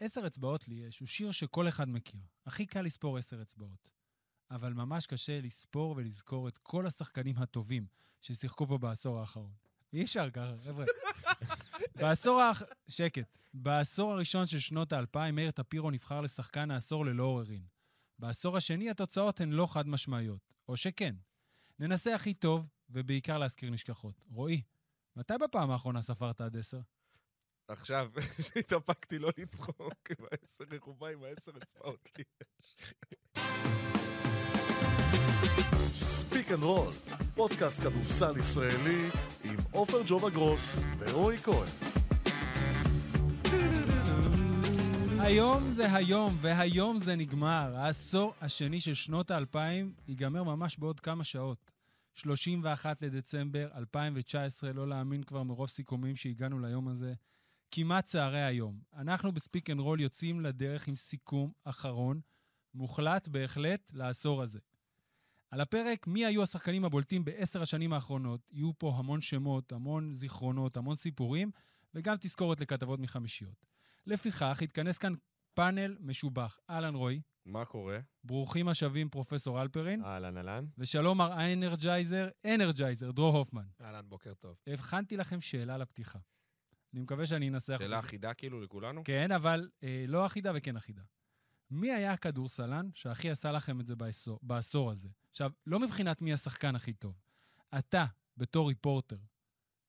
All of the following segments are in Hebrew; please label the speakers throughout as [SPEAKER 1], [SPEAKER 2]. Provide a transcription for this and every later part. [SPEAKER 1] עשר אצבעות לי יש, הוא שיר שכל אחד מכיר. הכי קל לספור עשר אצבעות. אבל ממש קשה לספור ולזכור את כל השחקנים הטובים ששיחקו פה בעשור האחרון. אי אפשר ככה, חבר'ה. בעשור האח... שקט. בעשור הראשון של שנות האלפיים, מאיר טפירו נבחר לשחקן העשור ללא עוררין. בעשור השני התוצאות הן לא חד-משמעיות, או שכן. ננסה הכי טוב, ובעיקר להזכיר נשכחות. רועי, מתי בפעם האחרונה ספרת עד עשר?
[SPEAKER 2] עכשיו, שהתאפקתי לא לצחוק עם העשר רחובה, עם העשר אצבעות לי יש.
[SPEAKER 3] ספיק אנד רול, פודקאסט כדורסל ישראלי עם עופר ג'ובה גרוס ורועי כהן.
[SPEAKER 1] היום זה היום, והיום זה נגמר. העשור השני של שנות האלפיים ייגמר ממש בעוד כמה שעות. 31 לדצמבר 2019, לא להאמין כבר מרוב סיכומים שהגענו ליום הזה. כמעט צהרי היום. אנחנו בספיק אנד רול יוצאים לדרך עם סיכום אחרון, מוחלט בהחלט לעשור הזה. על הפרק, מי היו השחקנים הבולטים בעשר השנים האחרונות? יהיו פה המון שמות, המון זיכרונות, המון סיפורים, וגם תזכורת לכתבות מחמישיות. לפיכך, התכנס כאן פאנל משובח. אהלן רועי,
[SPEAKER 2] מה קורה?
[SPEAKER 1] ברוכים השבים פרופסור אלפרין,
[SPEAKER 4] אהלן, אהלן.
[SPEAKER 1] ושלום מר האנרג'ייזר, אנרג'ייזר, דרור הופמן.
[SPEAKER 5] אהלן, בוקר טוב.
[SPEAKER 1] הבחנתי לכם שאלה לפתיחה. אני מקווה שאני אנסח.
[SPEAKER 2] שאלה אחידה כאילו לכולנו?
[SPEAKER 1] כן, אבל אה, לא אחידה וכן אחידה. מי היה הכדורסלן שהכי עשה לכם את זה בעשור, בעשור הזה? עכשיו, לא מבחינת מי השחקן הכי טוב. אתה, בתור ריפורטר,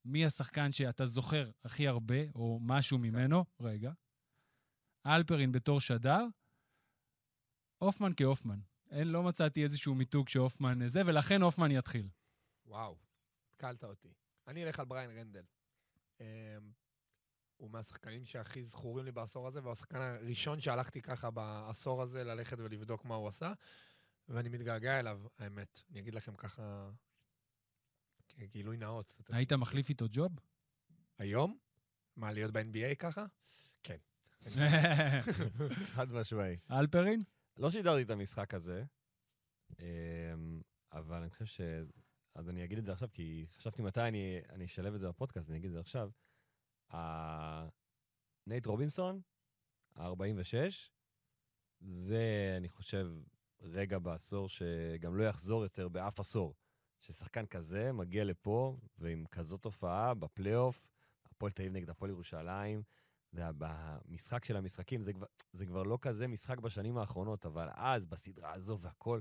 [SPEAKER 1] מי השחקן שאתה זוכר הכי הרבה, או משהו ממנו? רגע. אלפרין בתור שדר, הופמן כהופמן. אין, לא מצאתי איזשהו מיתוג שהופמן זה, ולכן הופמן יתחיל.
[SPEAKER 5] וואו, התקלת אותי. אני אלך על בריין רנדל. אמ, הוא מהשחקנים שהכי זכורים לי בעשור הזה, והוא השחקן הראשון שהלכתי ככה בעשור הזה ללכת ולבדוק מה הוא עשה, ואני מתגעגע אליו, האמת. אני אגיד לכם ככה, כגילוי נאות. אתם-
[SPEAKER 1] היית מחליף איתו ג'וב?
[SPEAKER 5] היום? מה, להיות ב-NBA ככה? כן.
[SPEAKER 4] חד משמעי.
[SPEAKER 1] אלפרין?
[SPEAKER 4] לא שידרתי את המשחק הזה, אמ, אבל אני חושב ש... אז אני אגיד את זה עכשיו, כי חשבתי מתי אני, אני אשלב את זה בפודקאסט, אני אגיד את זה עכשיו. ה- נייט רובינסון, ה-46, זה, אני חושב, רגע בעשור שגם לא יחזור יותר באף עשור. ששחקן כזה מגיע לפה, ועם כזאת תופעה בפלייאוף, הפועל תל אביב נגד הפועל ירושלים, זה היה במשחק של המשחקים, זה כבר, זה כבר לא כזה משחק בשנים האחרונות, אבל אז, בסדרה הזו והכל,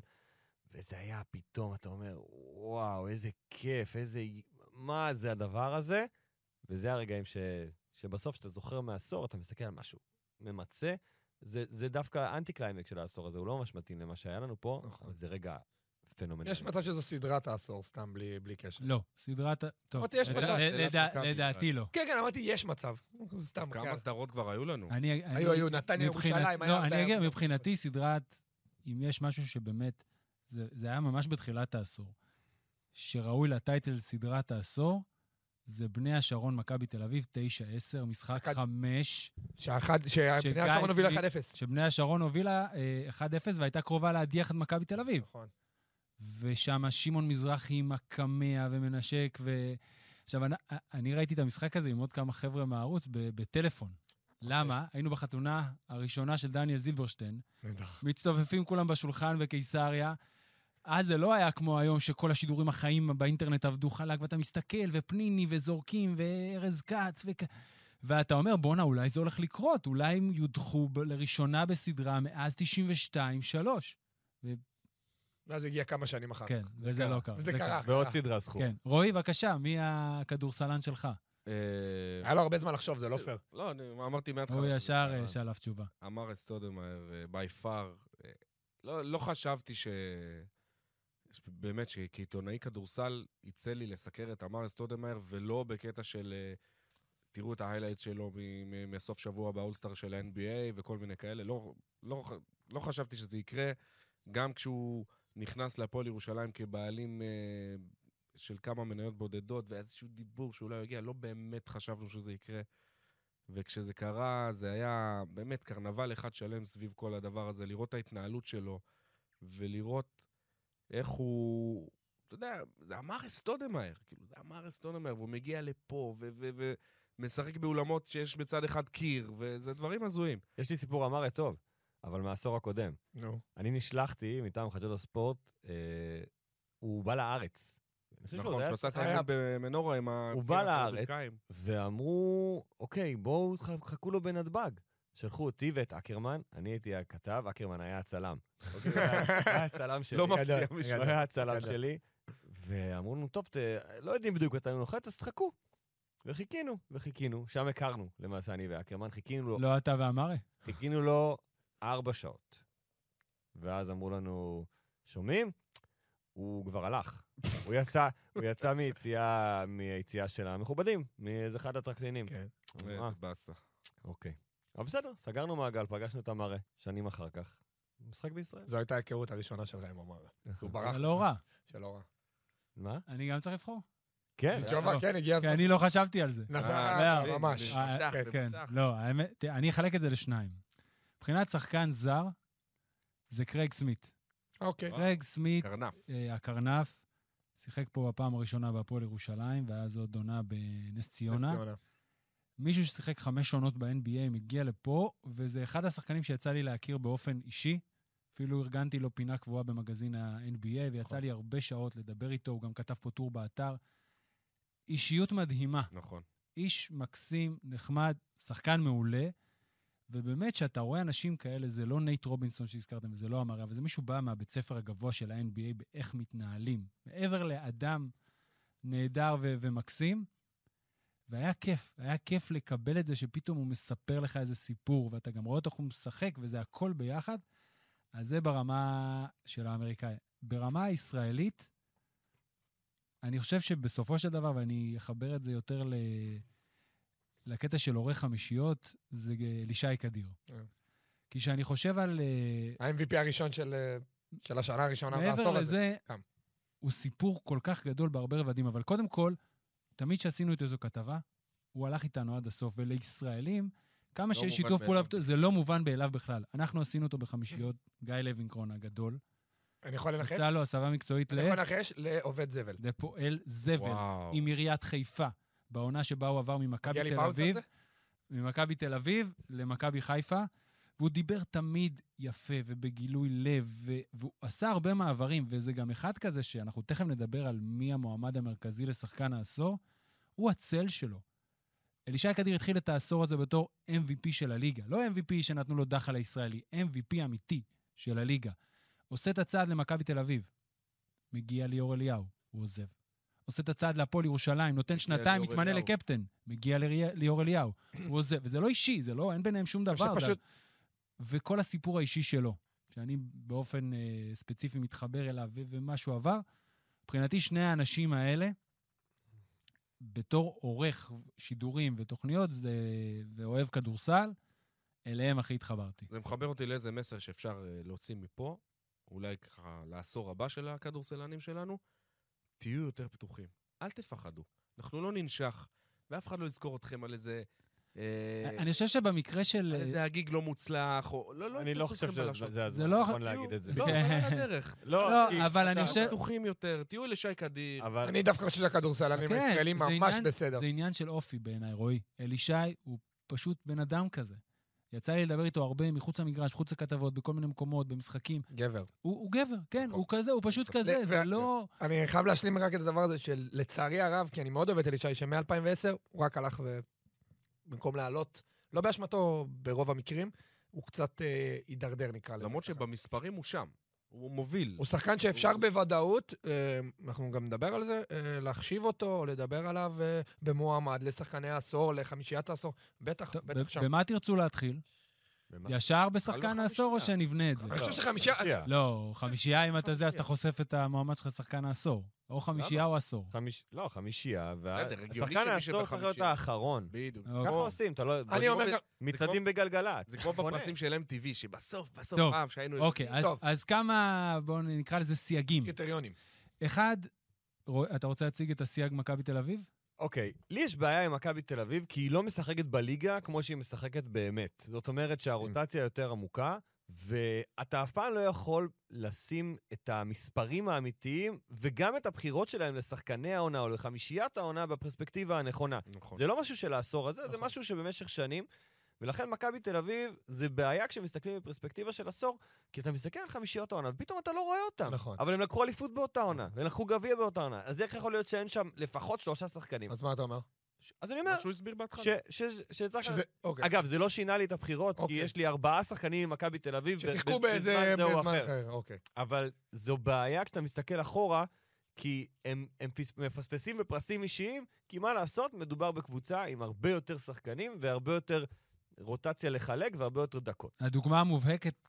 [SPEAKER 4] וזה היה פתאום, אתה אומר, וואו, איזה כיף, איזה... מה זה הדבר הזה? וזה הרגעים ש... שבסוף, כשאתה זוכר מעשור, אתה מסתכל על משהו ממצה. זה, זה דווקא האנטי קליימק של העשור הזה, הוא לא ממש מתאים למה שהיה לנו פה,
[SPEAKER 5] נכון.
[SPEAKER 4] אבל זה רגע פנומנלי.
[SPEAKER 5] יש מצב שזו סדרת העשור, סתם בלי בלי קשר.
[SPEAKER 1] לא. סדרת... ה- טוב,
[SPEAKER 5] אמרתי, יש
[SPEAKER 1] לד-
[SPEAKER 5] מצב.
[SPEAKER 1] לד-
[SPEAKER 2] סדרת
[SPEAKER 1] לדע-
[SPEAKER 2] מכבי,
[SPEAKER 1] לדעתי לא.
[SPEAKER 5] כן, כן, אמרתי, יש מצב. זה סתם ככה.
[SPEAKER 2] כמה סדרות כבר היו לנו?
[SPEAKER 1] אני... אני-
[SPEAKER 5] נכון.
[SPEAKER 1] לא-
[SPEAKER 5] היו, היו, נתניה,
[SPEAKER 1] מבחינת-
[SPEAKER 5] ירושלים, היה
[SPEAKER 1] לא,
[SPEAKER 5] הרבה,
[SPEAKER 1] אני
[SPEAKER 5] היה
[SPEAKER 1] אגיד,
[SPEAKER 5] הרבה.
[SPEAKER 1] מבחינתי סדרת, אם יש משהו שבאמת, זה זה היה ממש בתחילת העשור, שראוי לטייטל סדרת העשור, זה בני השרון, מכבי תל אביב, 9-10, משחק
[SPEAKER 5] אחד-
[SPEAKER 1] 5,
[SPEAKER 5] שהאחד, שבני
[SPEAKER 1] שגיא
[SPEAKER 5] השרון הוביל
[SPEAKER 1] גליק-
[SPEAKER 5] 1-0.
[SPEAKER 1] שבני השרון הובילה אה, 1-0 והייתה קרובה להדיח את מכבי תל אביב.
[SPEAKER 5] נכון.
[SPEAKER 1] ושם שמעון מזרחי עם הקמע ומנשק, ו... עכשיו, אני, אני ראיתי את המשחק הזה עם עוד כמה חבר'ה מהערוץ ב- בטלפון.
[SPEAKER 5] אוקיי.
[SPEAKER 1] למה? היינו בחתונה הראשונה של דניאל זילברשטיין, מצטופפים כולם בשולחן וקיסריה. אז זה לא היה כמו היום, שכל השידורים החיים באינטרנט עבדו חלק, ואתה מסתכל, ופניני, וזורקים, וארז כץ, וכ... ואתה אומר, בואנה, אולי זה הולך לקרות, אולי הם יודחו ב- לראשונה בסדרה מאז 92-3.
[SPEAKER 5] ואז הגיע כמה שנים אחר כך.
[SPEAKER 1] כן, וזה לא קרה.
[SPEAKER 5] וזה קרה.
[SPEAKER 4] ועוד סדרה זכות.
[SPEAKER 1] כן. רועי, בבקשה, מי הכדורסלן שלך?
[SPEAKER 2] אה,
[SPEAKER 5] היה לו הרבה זמן לחשוב, זה לא פייר.
[SPEAKER 2] לא, אני אמרתי מההתחלה.
[SPEAKER 1] הוא
[SPEAKER 2] שזה
[SPEAKER 1] ישר
[SPEAKER 2] קרה.
[SPEAKER 1] אה, שלף תשובה.
[SPEAKER 2] אמר אה, אסטודמאייר, ביי פאר. לא, לא חשבתי ש... ש- באמת, שכעיתונאי כדורסל יצא לי לסקר את אמר אסטודמאייר, ולא בקטע של... אה, תראו את ההיילייטס שלו מ- מ- מהסוף שבוע באולסטאר של ה-NBA וכל מיני כאלה. לא, לא, ח- לא חשבתי שזה יקרה. גם כשהוא נכנס להפועל ירושלים כבעלים אה, של כמה מניות בודדות, ואיזשהו דיבור שאולי הוא יגיע, לא באמת חשבנו שזה יקרה. וכשזה קרה, זה היה באמת קרנבל אחד שלם סביב כל הדבר הזה, לראות את ההתנהלות שלו, ולראות איך הוא... אתה יודע, זה אמר אסטודמאייר, כאילו, זה אמר אסטודמאייר, והוא מגיע לפה, ו- ו- ו- משחק באולמות שיש בצד אחד קיר, וזה דברים הזויים.
[SPEAKER 4] יש לי סיפור אמרי טוב, אבל מהעשור הקודם.
[SPEAKER 5] נו.
[SPEAKER 4] אני נשלחתי מטעם חדשות הספורט, אה, הוא בא לארץ. אני חושב שהוא עוד
[SPEAKER 2] נכון,
[SPEAKER 4] היה-
[SPEAKER 2] שהוא עשה את
[SPEAKER 4] היה-
[SPEAKER 2] האמת במנורה עם ה...
[SPEAKER 4] הוא
[SPEAKER 1] כן,
[SPEAKER 4] בא לארץ. ואמרו, אוקיי, בואו ח- חכו לו בנתב"ג. שלחו אותי ואת אקרמן, אני הייתי הכתב, אקרמן היה הצלם. אוקיי, הוא היה היה הצלם שלי.
[SPEAKER 2] לא מפתיע
[SPEAKER 5] גדול,
[SPEAKER 2] מישהו.
[SPEAKER 5] גדול.
[SPEAKER 4] הוא היה הצלם
[SPEAKER 5] גדול.
[SPEAKER 4] שלי, ואמרו לנו, טוב, ת- לא יודעים בדיוק מתי הוא נוחת, אז תחכו. וחיכינו, וחיכינו, שם הכרנו, למעשה אני ואקרמן, חיכינו לו
[SPEAKER 1] לא אתה ואמרי?
[SPEAKER 4] חיכינו לו ארבע שעות. ואז אמרו לנו, שומעים? הוא כבר הלך. הוא יצא, הוא יצא מיציאה, מיציאה של המכובדים, מאיזה אחד הטרקלינים.
[SPEAKER 5] כן.
[SPEAKER 4] אמרו, "אה,
[SPEAKER 2] איזה באסה.
[SPEAKER 4] אוקיי. אבל בסדר, סגרנו מעגל, פגשנו את המראה, שנים אחר כך. משחק בישראל.
[SPEAKER 5] זו הייתה ההיכרות הראשונה שלך עם עמר. הוא ברח.
[SPEAKER 1] זה לא רע.
[SPEAKER 5] שלא רע.
[SPEAKER 4] מה?
[SPEAKER 1] אני גם צריך לבחור.
[SPEAKER 4] כן.
[SPEAKER 5] זה ג'ובה, כן, הגיע
[SPEAKER 1] כי
[SPEAKER 5] הזמן.
[SPEAKER 1] אני לא חשבתי על זה.
[SPEAKER 5] נכון,
[SPEAKER 1] אה,
[SPEAKER 5] אה, ממש.
[SPEAKER 1] אה,
[SPEAKER 2] נמשך,
[SPEAKER 5] כן,
[SPEAKER 1] כן,
[SPEAKER 2] נמשך.
[SPEAKER 1] לא, האמת, תראה, אני אחלק את זה לשניים. מבחינת שחקן זר, זה קרייג סמית.
[SPEAKER 5] אוקיי.
[SPEAKER 1] קרייג סמית,
[SPEAKER 2] קרנף.
[SPEAKER 1] אה, הקרנף, שיחק פה בפעם הראשונה בהפועל ירושלים, ואז עוד עונה בנס ציונה.
[SPEAKER 5] יונה.
[SPEAKER 1] מישהו ששיחק חמש עונות ב-NBA מגיע לפה, וזה אחד השחקנים שיצא לי להכיר באופן אישי. אפילו ארגנתי לו פינה קבועה במגזין ה-NBA, ויצא
[SPEAKER 4] נכון.
[SPEAKER 1] לי הרבה שעות לדבר איתו, הוא גם כתב פה טור באתר. אישיות מדהימה.
[SPEAKER 2] נכון.
[SPEAKER 1] איש מקסים, נחמד, שחקן מעולה, ובאמת, כשאתה רואה אנשים כאלה, זה לא נייט רובינסון שהזכרתם, וזה לא המראה, אבל זה מישהו בא מהבית ספר הגבוה של ה-NBA באיך מתנהלים. מעבר לאדם נהדר ו- ומקסים, והיה כיף, היה כיף לקבל את זה שפתאום הוא מספר לך איזה סיפור, ואתה גם רואה אותו איך הוא משחק, וזה הכל ביחד. אז זה ברמה של האמריקאי. ברמה הישראלית, אני חושב שבסופו של דבר, ואני אחבר את זה יותר ל... לקטע של עורך חמישיות, זה אלישי קדיר.
[SPEAKER 5] אה.
[SPEAKER 1] כי כשאני חושב על... אה,
[SPEAKER 5] ה-MVP הראשון של, אה, של השנה הראשונה
[SPEAKER 1] מעבר
[SPEAKER 5] בעשור הזה.
[SPEAKER 1] לזה,
[SPEAKER 5] גם.
[SPEAKER 1] הוא סיפור כל כך גדול בהרבה רבדים, אבל קודם כל, תמיד כשעשינו איתו איזו כתבה, הוא הלך איתנו עד הסוף, ולישראלים,
[SPEAKER 5] לא
[SPEAKER 1] כמה שיש
[SPEAKER 2] מובן
[SPEAKER 1] שיתוף פעולה,
[SPEAKER 2] מאליו.
[SPEAKER 1] זה לא מובן מאליו בכלל. אנחנו עשינו אותו בחמישיות, גיא לוינקרון הגדול,
[SPEAKER 5] אני יכול לנחש?
[SPEAKER 1] עשה לו הסבה מקצועית
[SPEAKER 5] אני יכול
[SPEAKER 1] ל...
[SPEAKER 5] לנחש לעובד זבל.
[SPEAKER 1] לפועל זבל,
[SPEAKER 2] וואו.
[SPEAKER 1] עם עיריית חיפה, בעונה שבה הוא עבר ממכבי
[SPEAKER 5] מגיע לי
[SPEAKER 1] תל
[SPEAKER 5] פאוץ על
[SPEAKER 1] אביב,
[SPEAKER 5] זה?
[SPEAKER 1] ממכבי תל אביב למכבי חיפה, והוא דיבר תמיד יפה ובגילוי לב, ו- והוא עשה הרבה מעברים, וזה גם אחד כזה שאנחנו תכף נדבר על מי המועמד המרכזי לשחקן העשור, הוא הצל שלו. אלישי קדיר התחיל את העשור הזה בתור MVP של הליגה. לא MVP שנתנו לו דחל הישראלי, MVP אמיתי של הליגה. עושה את הצעד למכבי תל אביב, מגיע ליאור אליהו, הוא עוזב. עושה את הצעד להפועל ירושלים, נותן
[SPEAKER 2] מגיע
[SPEAKER 1] שנתיים,
[SPEAKER 2] ליאור
[SPEAKER 1] מתמנה
[SPEAKER 2] אליהו.
[SPEAKER 1] לקפטן, מגיע לריה- ליאור אליהו, הוא עוזב. וזה לא אישי, זה לא, אין ביניהם שום דבר. זה-
[SPEAKER 5] שפשוט-
[SPEAKER 1] וכל הסיפור האישי שלו, שאני באופן אה, ספציפי מתחבר אליו ו- ומה שהוא עבר, מבחינתי שני האנשים האלה, בתור עורך שידורים ותוכניות זה, ואוהב כדורסל, אליהם הכי התחברתי.
[SPEAKER 2] זה מחבר אותי לאיזה מסר שאפשר אה, להוציא מפה, אולי ככה לעשור הבא של הכדורסלנים שלנו, תהיו יותר פתוחים. אל תפחדו. אנחנו לא ננשך, ואף אחד לא יזכור אתכם על איזה... אה,
[SPEAKER 1] אני חושב שבמקרה של...
[SPEAKER 2] על איזה הגיג לא מוצלח, או... לא, לא
[SPEAKER 4] אני לא
[SPEAKER 2] יתפסו
[SPEAKER 4] חושב
[SPEAKER 2] אתכם
[SPEAKER 4] שזה
[SPEAKER 2] בלשון.
[SPEAKER 4] זה
[SPEAKER 1] זה
[SPEAKER 4] הזמן
[SPEAKER 1] לא-
[SPEAKER 4] נכון
[SPEAKER 2] תהיו-
[SPEAKER 4] להגיד את זה.
[SPEAKER 2] לא, אבל על הדרך.
[SPEAKER 1] לא,
[SPEAKER 4] כי
[SPEAKER 1] אבל אני
[SPEAKER 4] אתה-
[SPEAKER 1] חושב-
[SPEAKER 2] תהיו פתוחים יותר, תהיו לשי קדיר.
[SPEAKER 4] אבל
[SPEAKER 5] אני דווקא חושב שהכדורסלנים
[SPEAKER 1] כן,
[SPEAKER 5] הישראלים
[SPEAKER 1] זה
[SPEAKER 5] ממש
[SPEAKER 1] עניין-
[SPEAKER 5] בסדר.
[SPEAKER 1] אה, זה עניין של אופי בעיניי, רועי. אלישי הוא פשוט בן אדם כזה. יצא לי לדבר איתו הרבה מחוץ למגרש, מחוץ לכתבות, בכל מיני מקומות, במשחקים.
[SPEAKER 5] גבר.
[SPEAKER 1] הוא, הוא גבר, כן,
[SPEAKER 2] נכון.
[SPEAKER 1] הוא כזה, הוא פשוט
[SPEAKER 2] נכון.
[SPEAKER 1] כזה,
[SPEAKER 5] ו-
[SPEAKER 1] זה
[SPEAKER 5] ו-
[SPEAKER 1] לא...
[SPEAKER 5] אני חייב להשלים רק את הדבר הזה של לצערי הרב, כי אני מאוד אוהב את אלישי, שמ-2010 הוא רק הלך ו... במקום לעלות, לא באשמתו ברוב המקרים, הוא קצת אה, הידרדר נקרא לזה.
[SPEAKER 2] למרות
[SPEAKER 5] ככה.
[SPEAKER 2] שבמספרים הוא שם. הוא מוביל.
[SPEAKER 5] הוא שחקן שאפשר
[SPEAKER 2] הוא-
[SPEAKER 5] בוודאות, אה, אנחנו גם נדבר על זה, אה, להחשיב אותו, או לדבר עליו אה, במועמד לשחקני העשור, לחמישיית העשור, בטח,
[SPEAKER 1] טוב,
[SPEAKER 5] בטח
[SPEAKER 1] ב-
[SPEAKER 5] שם.
[SPEAKER 1] במה תרצו להתחיל?
[SPEAKER 4] במה?
[SPEAKER 1] ישר בשחקן
[SPEAKER 2] לא
[SPEAKER 1] העשור או
[SPEAKER 2] חמישייה.
[SPEAKER 1] שנבנה את זה?
[SPEAKER 5] אני חושב
[SPEAKER 4] לא,
[SPEAKER 5] שחמישייה...
[SPEAKER 4] חמישייה.
[SPEAKER 1] לא, חמישייה, אם אתה זה, אז אתה
[SPEAKER 2] חמישייה.
[SPEAKER 1] חושף את המועמד שלך לשחקן העשור. או חמישייה או עשור.
[SPEAKER 4] חמיש... לא, חמישייה,
[SPEAKER 2] בסדר, הגיוני שמי
[SPEAKER 4] והשחקן העשור צריך להיות
[SPEAKER 2] שבחמישייה.
[SPEAKER 4] האחרון.
[SPEAKER 2] בדיוק.
[SPEAKER 1] אוקיי.
[SPEAKER 4] ככה
[SPEAKER 1] ברור.
[SPEAKER 4] עושים, אתה לא...
[SPEAKER 5] אני אומר
[SPEAKER 2] זה-
[SPEAKER 5] גם...
[SPEAKER 4] מצעדים בגלגלצ.
[SPEAKER 2] זה כמו
[SPEAKER 4] חונה.
[SPEAKER 2] בפרסים של MTV, שבסוף, בסוף
[SPEAKER 1] טוב.
[SPEAKER 2] פעם שהיינו...
[SPEAKER 1] אוקיי, אז-
[SPEAKER 5] טוב.
[SPEAKER 1] אז כמה, בואו נקרא לזה סייגים.
[SPEAKER 2] כן.
[SPEAKER 5] קריטריונים.
[SPEAKER 1] אחד, רועי, אתה רוצה להציג את הסייג מכבי תל אביב?
[SPEAKER 4] אוקיי, לי יש בעיה עם מכבי תל אביב, כי היא לא משחקת בליגה כמו שהיא משחקת באמת. זאת אומרת שהרוטציה יותר עמוקה, ואתה אף פעם לא יכול לשים את המספרים האמיתיים וגם את הבחירות שלהם לשחקני העונה או לחמישיית העונה בפרספקטיבה הנכונה.
[SPEAKER 2] נכון.
[SPEAKER 4] זה לא משהו של העשור הזה, זה
[SPEAKER 5] נכון.
[SPEAKER 4] משהו שבמשך שנים, ולכן מכבי תל אביב זה בעיה כשמסתכלים בפרספקטיבה של עשור, כי אתה מסתכל על חמישיות העונה ופתאום אתה לא רואה אותם.
[SPEAKER 5] נכון.
[SPEAKER 4] אבל הם לקחו אליפות באותה עונה, והם לקחו גביע באותה עונה, אז איך יכול להיות שאין שם לפחות שלושה שחקנים?
[SPEAKER 5] אז מה אתה אומר?
[SPEAKER 4] אז אני אומר,
[SPEAKER 2] מה שהוא הסביר בהתחלה.
[SPEAKER 4] ש- ש- שצריך...
[SPEAKER 5] שזה, אוקיי.
[SPEAKER 4] אגב, זה לא שינה לי את הבחירות, כי
[SPEAKER 5] אוקיי.
[SPEAKER 4] יש לי ארבעה שחקנים ממכבי תל אביב, ו-
[SPEAKER 5] ששיחקו
[SPEAKER 4] ב-
[SPEAKER 5] באיזה
[SPEAKER 4] זה או
[SPEAKER 5] בזמן אחר, אוקיי.
[SPEAKER 4] אבל זו בעיה כשאתה מסתכל אחורה, כי הם, הם פס- מפספסים בפרסים אישיים, כי מה לעשות, מדובר בקבוצה עם הרבה יותר שחקנים והרבה יותר רוטציה לחלק והרבה יותר דקות.
[SPEAKER 1] הדוגמה המובהקת,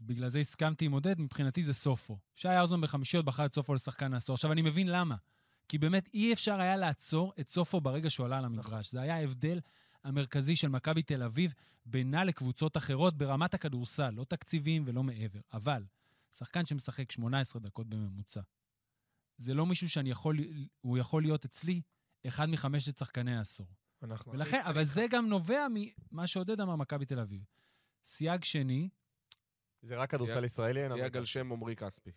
[SPEAKER 1] בגלל זה הסכמתי עם עודד, מבחינתי זה סופו. שי ארזון בחמישיות בחר את סופו לשחקן העשור. עכשיו, אני מבין למה. כי באמת אי אפשר היה לעצור את סופו ברגע שהוא עלה על המגרש. זה היה ההבדל המרכזי של מכבי תל אביב בינה לקבוצות אחרות ברמת הכדורסל, לא תקציבים ולא מעבר. אבל שחקן שמשחק 18 דקות בממוצע, זה לא מישהו שאני יכול, הוא יכול להיות אצלי אחד מחמשת שחקני העשור.
[SPEAKER 5] אנחנו...
[SPEAKER 1] ולכן, אבל זה גם נובע ממה שעודד אמר, מכבי תל אביב. סייג שני,
[SPEAKER 4] זה רק כדורסל ישראלי,
[SPEAKER 1] כן,
[SPEAKER 4] אין
[SPEAKER 2] תהיה
[SPEAKER 4] המון.
[SPEAKER 2] על שם עמרי כספי.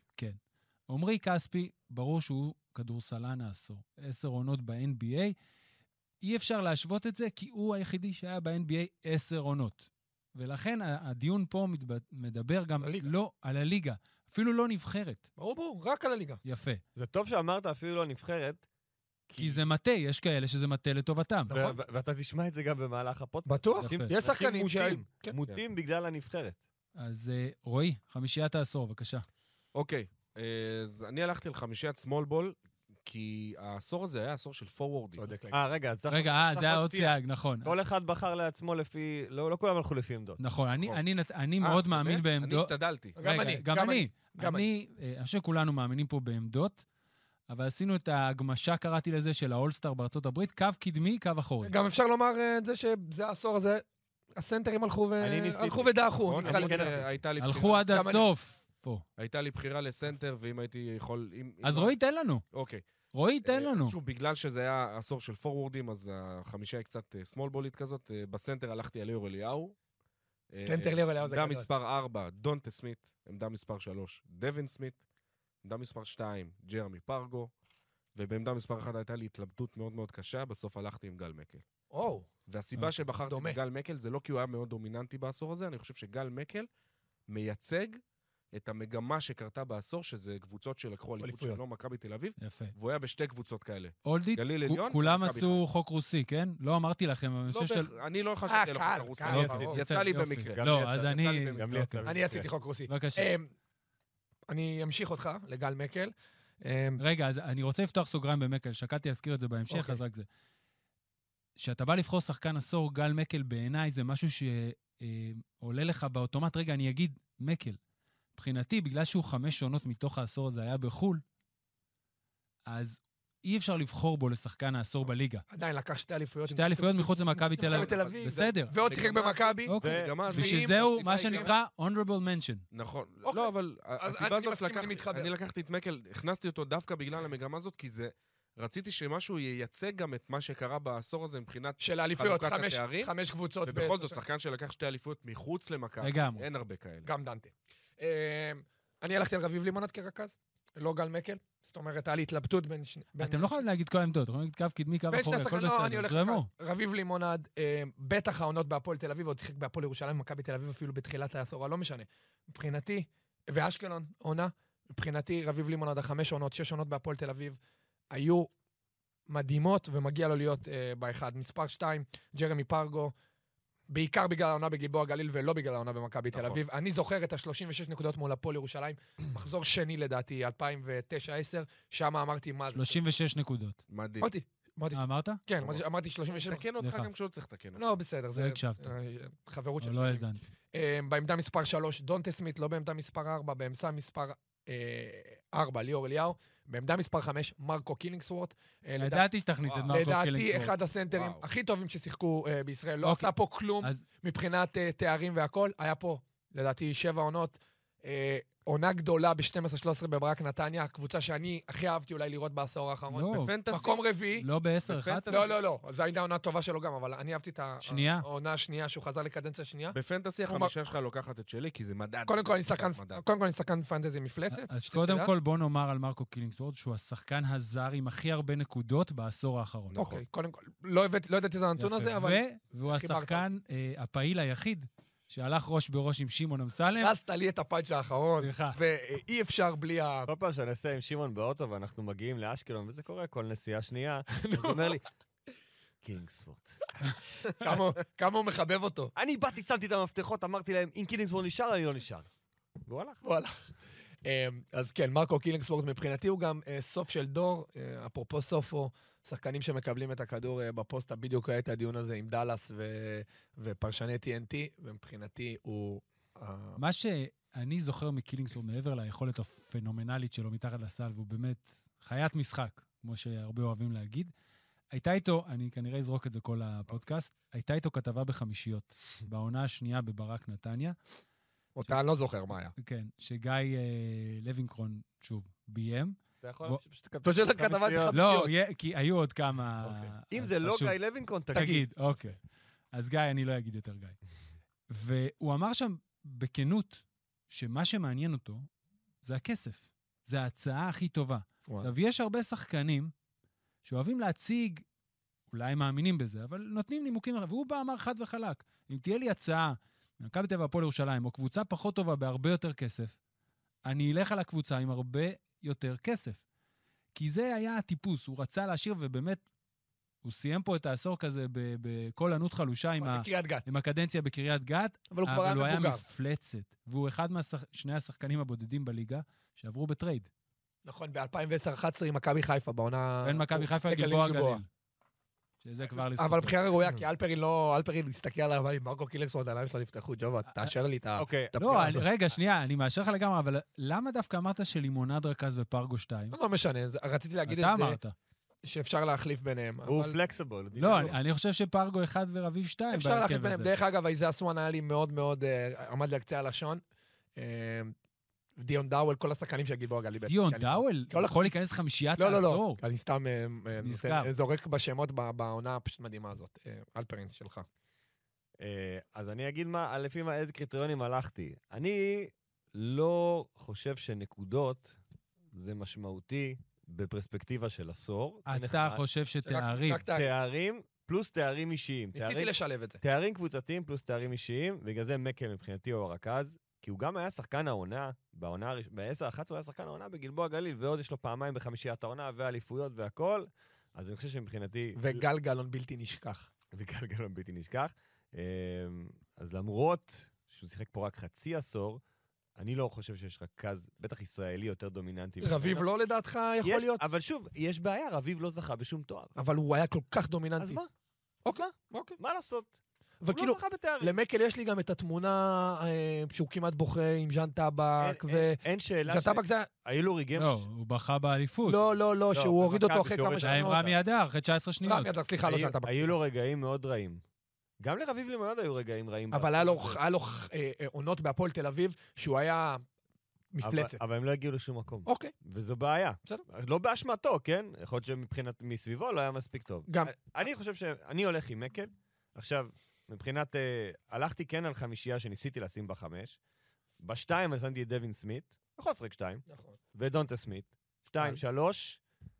[SPEAKER 1] עמרי כספי, ברור שהוא כדורסלן העשור. עשר עונות ב-NBA. אי אפשר להשוות את זה, כי הוא היחידי שהיה ב-NBA עשר עונות. ולכן ה- הדיון פה מתב- מדבר גם
[SPEAKER 5] הליגה.
[SPEAKER 1] לא על הליגה, אפילו לא נבחרת.
[SPEAKER 5] ברור, ברור, רק על הליגה.
[SPEAKER 1] יפה.
[SPEAKER 4] זה טוב שאמרת אפילו לא נבחרת,
[SPEAKER 1] כי זה מטה, יש כאלה שזה מטה לטובתם.
[SPEAKER 4] ו- ו- ואתה תשמע את זה גם במהלך הפודקאסט.
[SPEAKER 5] נכון. בטוח.
[SPEAKER 4] אנשים-
[SPEAKER 1] יפה.
[SPEAKER 5] יש
[SPEAKER 4] אנשים
[SPEAKER 5] שחקנים שהיו...
[SPEAKER 4] מוטים,
[SPEAKER 5] כן.
[SPEAKER 4] מוטים בגלל הנבחרת.
[SPEAKER 1] אז אה, רועי, חמישיית העשור, בבקשה.
[SPEAKER 2] אוקיי, אז אני הלכתי על חמישיית סמול בול, כי העשור הזה היה עשור של פורוורדים.
[SPEAKER 5] צודק לגמרי.
[SPEAKER 4] אה, רגע, אז צריך...
[SPEAKER 1] רגע, אה,
[SPEAKER 4] צריך
[SPEAKER 1] זה היה עוד
[SPEAKER 4] להציע.
[SPEAKER 1] סייג, נכון.
[SPEAKER 4] כל אחד בחר לעצמו לפי... לא לא כולם הלכו לפי עמדות.
[SPEAKER 1] נכון, אני-
[SPEAKER 2] נכון.
[SPEAKER 1] אני נת- אני
[SPEAKER 2] אה,
[SPEAKER 1] מאוד
[SPEAKER 2] באמת?
[SPEAKER 1] מאמין
[SPEAKER 2] אני
[SPEAKER 1] בעמדות.
[SPEAKER 2] השתדלתי.
[SPEAKER 5] גם
[SPEAKER 1] רגע,
[SPEAKER 5] אני,
[SPEAKER 1] גם
[SPEAKER 5] גם
[SPEAKER 1] אני.
[SPEAKER 5] גם
[SPEAKER 1] אני, אה, אני חושב שכולנו מאמינים פה בעמדות, אבל עשינו את ההגמשה, קראתי לזה, של האולסטאר בארצות הברית, קו קדמי, קו אחורי.
[SPEAKER 5] גם אפשר לומר אה, את זה שזה העשור הזה, הסנטרים הלכו ו-
[SPEAKER 4] אני ניסיתי.
[SPEAKER 5] הלכו ודעכו,
[SPEAKER 2] נכון,
[SPEAKER 5] נקרא
[SPEAKER 2] למרות
[SPEAKER 5] לזה.
[SPEAKER 2] שהייתה לי
[SPEAKER 1] הלכו
[SPEAKER 2] בחירה-
[SPEAKER 1] עד
[SPEAKER 5] גם אני.
[SPEAKER 1] הסוף פה.
[SPEAKER 2] הייתה לי בחירה לסנטר, ואם הייתי יכול... אם-
[SPEAKER 1] אז
[SPEAKER 2] אם-
[SPEAKER 1] רועי, תן לנו.
[SPEAKER 2] אוקיי.
[SPEAKER 1] רועי, תן
[SPEAKER 2] אה,
[SPEAKER 1] לנו.
[SPEAKER 2] אז שוב, בגלל שזה היה עשור של פורוורדים, אז החמישה היא קצת שמאל בולית כזאת. אה, בסנטר הלכתי על ליאור אליהו. אה,
[SPEAKER 5] סנטר ליאור אליהו זה
[SPEAKER 2] עמדה
[SPEAKER 5] גדול.
[SPEAKER 2] מספר 4, דונטה סמית. עמדה מספר 3, דווין סמית. עמדה מספר 2, ג'רמי פרגו. ובעמדה מספר 1 הייתה לי התלבטות מאוד מאוד קשה, בסוף הלכתי עם גל מקל.
[SPEAKER 5] או,
[SPEAKER 2] והסיבה
[SPEAKER 1] אוקיי,
[SPEAKER 2] שבחרתי
[SPEAKER 5] אה, דומה.
[SPEAKER 2] בגל מקל זה לא כי הוא היה מאוד דומיננטי בעשור הזה, אני חושב שגל מקל מייצג את המגמה שקרתה בעשור, שזה קבוצות שלקחו אליפות
[SPEAKER 5] אליפויות.
[SPEAKER 2] שלא מכבי תל אביב,
[SPEAKER 1] יפה.
[SPEAKER 2] והוא היה בשתי קבוצות כאלה.
[SPEAKER 1] אולדיט,
[SPEAKER 2] גליל
[SPEAKER 1] כו-
[SPEAKER 2] עליון
[SPEAKER 1] כולם
[SPEAKER 2] ומכבי
[SPEAKER 1] עשו חוק רוסי, כן? לא אמרתי לכם, אבל אני
[SPEAKER 2] לא
[SPEAKER 1] חושב
[SPEAKER 2] בהכרח,
[SPEAKER 1] של...
[SPEAKER 2] אני לא חשבתי על
[SPEAKER 5] קהל,
[SPEAKER 2] החוק
[SPEAKER 5] קהל,
[SPEAKER 2] הרוסי,
[SPEAKER 5] ברור.
[SPEAKER 2] יצא לי
[SPEAKER 1] יופי.
[SPEAKER 2] במקרה.
[SPEAKER 4] גם לי
[SPEAKER 1] לא, אז
[SPEAKER 4] יצא-
[SPEAKER 1] אני...
[SPEAKER 2] יצא לי במקרה.
[SPEAKER 4] גם לי
[SPEAKER 1] אוקיי.
[SPEAKER 4] יצא.
[SPEAKER 5] אני עשיתי חוק רוסי.
[SPEAKER 1] בבקשה.
[SPEAKER 5] אמ, אני אמשיך אותך לגל מקל. אמ,
[SPEAKER 1] רגע, אז אני רוצה לפתוח סוגריים במקל, שקלתי להזכיר את זה בהמשך,
[SPEAKER 5] אוקיי.
[SPEAKER 1] אז רק זה. כשאתה בא לבחור שחקן עשור, גל מקל בעיניי זה משהו שעולה לך באוטומט. רגע, אני אגיד, מקל, מבחינתי, בגלל שהוא חמש עונות מתוך העשור הזה היה בחו"ל, אז אי אפשר לבחור בו לשחקן העשור בליגה.
[SPEAKER 5] עדיין לקח שתי אליפויות.
[SPEAKER 1] שתי אליפויות מחוץ למכבי תל
[SPEAKER 5] אוקיי. מכבי
[SPEAKER 1] אביב.
[SPEAKER 5] תל אביב.
[SPEAKER 1] בסדר.
[SPEAKER 5] ועוד שיחק
[SPEAKER 2] וגם-
[SPEAKER 5] במכבי.
[SPEAKER 1] אוקיי.
[SPEAKER 2] המגמה הזאת-
[SPEAKER 1] בשביל
[SPEAKER 5] ואם
[SPEAKER 1] זה הוא,
[SPEAKER 2] הסיבה
[SPEAKER 1] מה
[SPEAKER 2] היא גם-
[SPEAKER 1] שנקרא, honorable mention.
[SPEAKER 2] נכון.
[SPEAKER 5] אוקיי.
[SPEAKER 2] לא, אבל
[SPEAKER 5] אז
[SPEAKER 2] הסיבה
[SPEAKER 5] אני
[SPEAKER 2] הזאת
[SPEAKER 5] מסכים, אני
[SPEAKER 2] לקחתי,
[SPEAKER 5] מתחבר.
[SPEAKER 2] אני לקחתי את מקל, הכנסתי אותו דווקא בגלל המגמה הזאת, כי זה... רציתי שמשהו ייצג גם את מה שקרה בעשור הזה מבחינת
[SPEAKER 5] של האליפויות,
[SPEAKER 2] חלוקת
[SPEAKER 5] חמש-
[SPEAKER 2] התארים,
[SPEAKER 5] חמש קבוצות.
[SPEAKER 2] ובכל זאת,
[SPEAKER 5] בעשר-
[SPEAKER 2] שחקן שלקח שתי אליפויות מחוץ
[SPEAKER 5] כן,
[SPEAKER 2] למכבי,
[SPEAKER 1] לגמרי.
[SPEAKER 2] אין הרבה כאלה.
[SPEAKER 5] גם דנטה. אמ, אני הלכתי על רביב לימונד כרכז, לא גל מקל. זאת אומרת, היה לי התלבטות בין שני... בין-
[SPEAKER 1] אתם לא יכולים להגיד כל העמדות, אתם יכולים להגיד קו קדמי, קו
[SPEAKER 5] בין שני
[SPEAKER 1] אחורי,
[SPEAKER 5] השחקנים,
[SPEAKER 1] הכל
[SPEAKER 5] לא, אני
[SPEAKER 1] בסדר.
[SPEAKER 5] הולך...
[SPEAKER 1] תרמו.
[SPEAKER 5] לקראת. רביב לימונד, אה, בטח העונות בהפועל תל אביב, עוד שיחק בהפועל ירושלים, מכבי תל אביב אפילו בתחילת העשור, לא משנה. מבחינתי, ואשקלון, עונה, מבחינתי, רביב לימונד, החמש עונות, שש עונות בהפועל תל אביב, היו מדהימות, ומגיע לו להיות אה, באחד. מספר שתיים, ג'רמי פרגו, בעיקר בגלל העונה בגלבוע גליל ולא בגלל העונה במכבי תל
[SPEAKER 2] נכון.
[SPEAKER 5] אביב. אני זוכר את ה-36 נקודות מול הפועל ירושלים, מחזור שני לדעתי, 2009-2010, שם אמרתי, מה זה?
[SPEAKER 1] 36 נקודות.
[SPEAKER 2] מדהים.
[SPEAKER 5] אמרתי, אמרתי,
[SPEAKER 1] אה, אמרת?
[SPEAKER 5] כן, אמרתי- אמרתי 36.
[SPEAKER 2] תקן אותך
[SPEAKER 1] סליחה.
[SPEAKER 2] גם כשלא צריך לתקן אותך.
[SPEAKER 5] לא, בסדר, זה...
[SPEAKER 1] לא הקשבת.
[SPEAKER 5] אה, חברות
[SPEAKER 1] או
[SPEAKER 5] של
[SPEAKER 1] לא
[SPEAKER 5] שנים.
[SPEAKER 1] האזנתי.
[SPEAKER 5] אה, בעמדה מספר 3, דונטה סמית, לא בעמדה מספר 4, בעמדה מספר 4, ליאור אליהו. בעמדה מספר 5, מרקו קילינגסוורט. אה, לדע-
[SPEAKER 1] ידעתי שתכניס את
[SPEAKER 2] וואו.
[SPEAKER 1] מרקו
[SPEAKER 5] לדעתי,
[SPEAKER 1] קלינגסוורט.
[SPEAKER 5] אחד הסנטרים
[SPEAKER 2] וואו.
[SPEAKER 5] הכי טובים ששיחקו אה, בישראל. לא
[SPEAKER 1] אוקיי.
[SPEAKER 5] עשה פה כלום
[SPEAKER 1] אז-
[SPEAKER 5] מבחינת אה, תארים והכול. היה פה, לדעתי, שבע עונות. אה, עונה גדולה ב-12-13 בברק נתניה, הקבוצה שאני הכי אהבתי אולי לראות בעשור האחרון.
[SPEAKER 1] לא,
[SPEAKER 2] בפנטסי,
[SPEAKER 5] מקום רביעי.
[SPEAKER 1] לא ב-10-11?
[SPEAKER 5] לא, אה, לא, לא, זו הייתה עונה טובה שלו גם, אבל אני אהבתי את ה-
[SPEAKER 1] שנייה.
[SPEAKER 5] העונה השנייה, שהוא חזר לקדנציה שנייה.
[SPEAKER 2] בפנטסי
[SPEAKER 5] הוא
[SPEAKER 2] החמישה שלך לוקחת את שלי, כי זה מדד.
[SPEAKER 5] קודם כל, אני שחקן-
[SPEAKER 2] מדד.
[SPEAKER 5] קודם כל אני שחקן פנטזי מפלצת.
[SPEAKER 1] אז
[SPEAKER 5] אה, שתדע.
[SPEAKER 1] קודם כל בוא נאמר על מרקו קילינגסוורד שהוא השחקן הזר עם הכי הרבה נקודות בעשור האחרון.
[SPEAKER 2] נכון.
[SPEAKER 5] אוקיי, קודם כל, לא הבאתי- לא ידעתי את הנתון
[SPEAKER 1] יפה.
[SPEAKER 5] הזה, אבל...
[SPEAKER 1] ו- והוא
[SPEAKER 5] חיברת.
[SPEAKER 1] השחקן אה, הפעיל היחיד שהלך ראש בראש עם שמעון אמסלם.
[SPEAKER 5] הרסת לי את הפאנץ' האחרון,
[SPEAKER 1] סליחה.
[SPEAKER 5] ואי אפשר בלי ה...
[SPEAKER 4] כל פעם שאני נוסע עם שמעון באוטו ואנחנו מגיעים לאשקלון, וזה קורה כל נסיעה שנייה, אז הוא אומר לי, קינגסוורט.
[SPEAKER 5] כמה- כמה הוא מחבב אותו.
[SPEAKER 4] אני באתי, שמתי את המפתחות, אמרתי להם, אם קינגסוורט נשאר, אני לא נשאר. והוא הלך.
[SPEAKER 5] וואלה. אמ, אז כן, מרקו קילינגספורט מבחינתי הוא גם אה, סוף של דור, אה, אפרופו סופו, שחקנים שמקבלים את הכדור אה, בפוסטה, בדיוק היה את הדיון הזה עם דאלאס ו- ופרשני TNT, ומבחינתי הוא... אה,
[SPEAKER 1] מה שאני זוכר מקילינגסוורד, מעבר ליכולת הפנומנלית שלו מתחת לסל, והוא באמת חיית משחק, כמו שהרבה אוהבים להגיד, הייתה איתו, אני כנראה אזרוק את זה כל הפודקאסט, הייתה איתו כתבה בחמישיות, בעונה השנייה בברק נתניה,
[SPEAKER 5] אותה אני לא זוכר מה היה.
[SPEAKER 1] כן, שגיא אה, לוינקרון, שוב, ביים.
[SPEAKER 4] אתה יכול
[SPEAKER 1] בוא-
[SPEAKER 4] פשוט כתב-
[SPEAKER 5] פשוט הכתבה
[SPEAKER 4] חמישייה.
[SPEAKER 5] שלך.
[SPEAKER 1] לא,
[SPEAKER 5] חמישיות.
[SPEAKER 1] יה- כי היו עוד כמה...
[SPEAKER 5] אוקיי.
[SPEAKER 4] אם
[SPEAKER 1] אז
[SPEAKER 4] זה לא
[SPEAKER 1] פשוט-
[SPEAKER 4] גיא לוינקון, תגיד.
[SPEAKER 1] תגיד, אוקיי. אז גיא, אני לא אגיד יותר גיא. והוא אמר שם בכנות, שמה שמעניין אותו זה הכסף. זה ההצעה הכי טובה.
[SPEAKER 5] וואי.
[SPEAKER 1] עכשיו, יש הרבה שחקנים שאוהבים להציג, אולי הם מאמינים בזה, אבל נותנים נימוקים, והוא בא, אמר חד וחלק, אם תהיה לי הצעה, מכבי תל אביב הפועל ירושלים, או קבוצה פחות טובה בהרבה יותר כסף, אני אלך על הקבוצה עם הרבה יותר כסף. כי זה היה הטיפוס, הוא רצה להשאיר, ובאמת, הוא סיים פה את העשור כזה ב- בקול ענות חלושה עם, ה,
[SPEAKER 5] בקריית גת.
[SPEAKER 1] עם הקדנציה בקריית גת,
[SPEAKER 5] אבל הוא כבר
[SPEAKER 1] אה, אבל הוא
[SPEAKER 5] היה
[SPEAKER 1] היה
[SPEAKER 5] מבוגר.
[SPEAKER 1] מפלצת. והוא אחד משני השחקנים הבודדים בליגה שעברו בטרייד.
[SPEAKER 5] נכון, ב-2010-2011 עם מכבי חיפה, בעונה...
[SPEAKER 1] בין מכבי
[SPEAKER 5] אה, הוא-
[SPEAKER 1] חיפה
[SPEAKER 5] לגליל
[SPEAKER 1] לגלבוע גליל. שזה כבר לזכותו.
[SPEAKER 5] אבל בחירה ראויה, כי אלפרין לא... אלפרין הסתכל עליו, אמר לי, מרקו קילינגספורט, העיניים שלו נפתחו, ג'ובה,
[SPEAKER 1] אה,
[SPEAKER 5] תאשר לי את ה...
[SPEAKER 4] אוקיי,
[SPEAKER 5] את הבחירה
[SPEAKER 1] לא, אני-
[SPEAKER 5] הזאת."
[SPEAKER 1] רגע, שנייה, אני מאשר לך לגמרי, אבל למה דווקא אמרת שלימונד רכז ופרגו 2?
[SPEAKER 5] לא משנה, זה- רציתי להגיד את
[SPEAKER 1] אתה
[SPEAKER 5] זה,
[SPEAKER 1] אמרת.
[SPEAKER 5] שאפשר להחליף ביניהם.
[SPEAKER 4] הוא
[SPEAKER 5] אבל
[SPEAKER 4] פלקסיבול.
[SPEAKER 1] לא, אני- אני חושב שפרגו 1 ורביב 2
[SPEAKER 5] אפשר להחליף
[SPEAKER 1] בהרכב
[SPEAKER 5] ביניהם.
[SPEAKER 1] הזה.
[SPEAKER 5] דרך אגב, איזה אסואן היה לי מאוד מאוד, אה, עמד לי על קצה הלשון. אה, דיון דאוול, כל השחקנים של גלבוע גליבן.
[SPEAKER 1] דיון
[SPEAKER 5] כי אני-
[SPEAKER 1] דאוול
[SPEAKER 5] לא, לא.
[SPEAKER 1] יכול להיכנס חמישיית
[SPEAKER 5] לא, לא, לא,
[SPEAKER 1] העשור.
[SPEAKER 5] אני סתם אה, אה,
[SPEAKER 1] נזכר.
[SPEAKER 5] נותן- זורק בשמות ב- בעונה הפשוט מדהימה הזאת. אה, אלפרינס שלך.
[SPEAKER 4] אה, אז אני אגיד מה, לפי מה, איזה קריטריונים הלכתי. אני לא חושב שנקודות זה משמעותי בפרספקטיבה של עשור.
[SPEAKER 1] אתה
[SPEAKER 4] זה נחמד.
[SPEAKER 1] חושב שתארים.
[SPEAKER 5] רק- רק תארים.
[SPEAKER 4] תארים פלוס תארים אישיים.
[SPEAKER 5] ניסיתי
[SPEAKER 4] תארים-
[SPEAKER 5] לשלב את זה.
[SPEAKER 4] תארים קבוצתיים פלוס תארים אישיים, בגלל זה מקל מבחינתי הוא הרכז, כי הוא גם היה שחקן העונה, בעונה הראש... ב-10-11 הוא היה שחקן העונה בגלבוע גליל, ועוד יש לו פעמיים בחמישיית העונה, ואליפויות והכל, אז אני חושב שמבחינתי...
[SPEAKER 5] וגל גלון בלתי נשכח.
[SPEAKER 4] וגל גלון בלתי נשכח. אמ, אז למרות שהוא שיחק פה רק חצי עשור, אני לא חושב שיש רכז, בטח ישראלי, יותר דומיננטי. ממנו.
[SPEAKER 5] רביב לא לדעתך יכול
[SPEAKER 4] יש- אה-
[SPEAKER 5] להיות?
[SPEAKER 4] אבל שוב, יש בעיה, רביב לא זכה בשום תואר.
[SPEAKER 5] אבל הוא היה כל כך
[SPEAKER 4] אז
[SPEAKER 5] דומיננטי.
[SPEAKER 4] מה?
[SPEAKER 5] אוקיי, אוקיי.
[SPEAKER 4] מה לעשות? הוא
[SPEAKER 5] וכאילו,
[SPEAKER 4] לא זכה בתארים.
[SPEAKER 5] למקל יש לי גם את התמונה אה, שהוא כמעט בוכה עם ז'אן טבק,
[SPEAKER 4] אין-
[SPEAKER 5] ו...
[SPEAKER 4] אין שאלה
[SPEAKER 5] ז'אן טבק זה...
[SPEAKER 4] האילו ריגם...
[SPEAKER 1] לא, הוא בכה באליפות.
[SPEAKER 5] לא, לא, לא, שהוא הוריד אותו
[SPEAKER 4] במכבי אה,
[SPEAKER 5] אחרי
[SPEAKER 4] שהוא
[SPEAKER 5] כמה
[SPEAKER 4] הוריד
[SPEAKER 1] זה היה עם
[SPEAKER 5] שנות.
[SPEAKER 1] רמי אדר, אחרי 19 שניות.
[SPEAKER 5] רמי, אתה- סליחה, לא
[SPEAKER 4] היו-
[SPEAKER 5] ז'אן טבק.
[SPEAKER 4] היו לו רגעים מאוד רעים. גם לרביב לימונד היו רגעים רעים.
[SPEAKER 5] אבל היה לו-
[SPEAKER 4] בעשור הזה.
[SPEAKER 5] היה לו אה, אה, עונות בהפועל תל אביב שהוא היה מפלצת.
[SPEAKER 4] אבל, אבל הם לא הגיעו לשום מקום,
[SPEAKER 5] אוקיי,
[SPEAKER 4] וזו בעיה.
[SPEAKER 5] בסדר.
[SPEAKER 4] לא באשמתו, כן? יכול להיות שמבחינת מסביבו לא היה מספיק טוב.
[SPEAKER 5] גם.
[SPEAKER 4] אני חושב ש... אני הולך עם מקל. עכשיו, מבחינת... אה, הלכתי כן על חמישייה שניסיתי לשים בה חמש. בשתיים אני שמתי את דווין סמית, יכול לשחק שתיים, ודונטה סמית. שתיים,
[SPEAKER 5] אבל-
[SPEAKER 4] שלוש,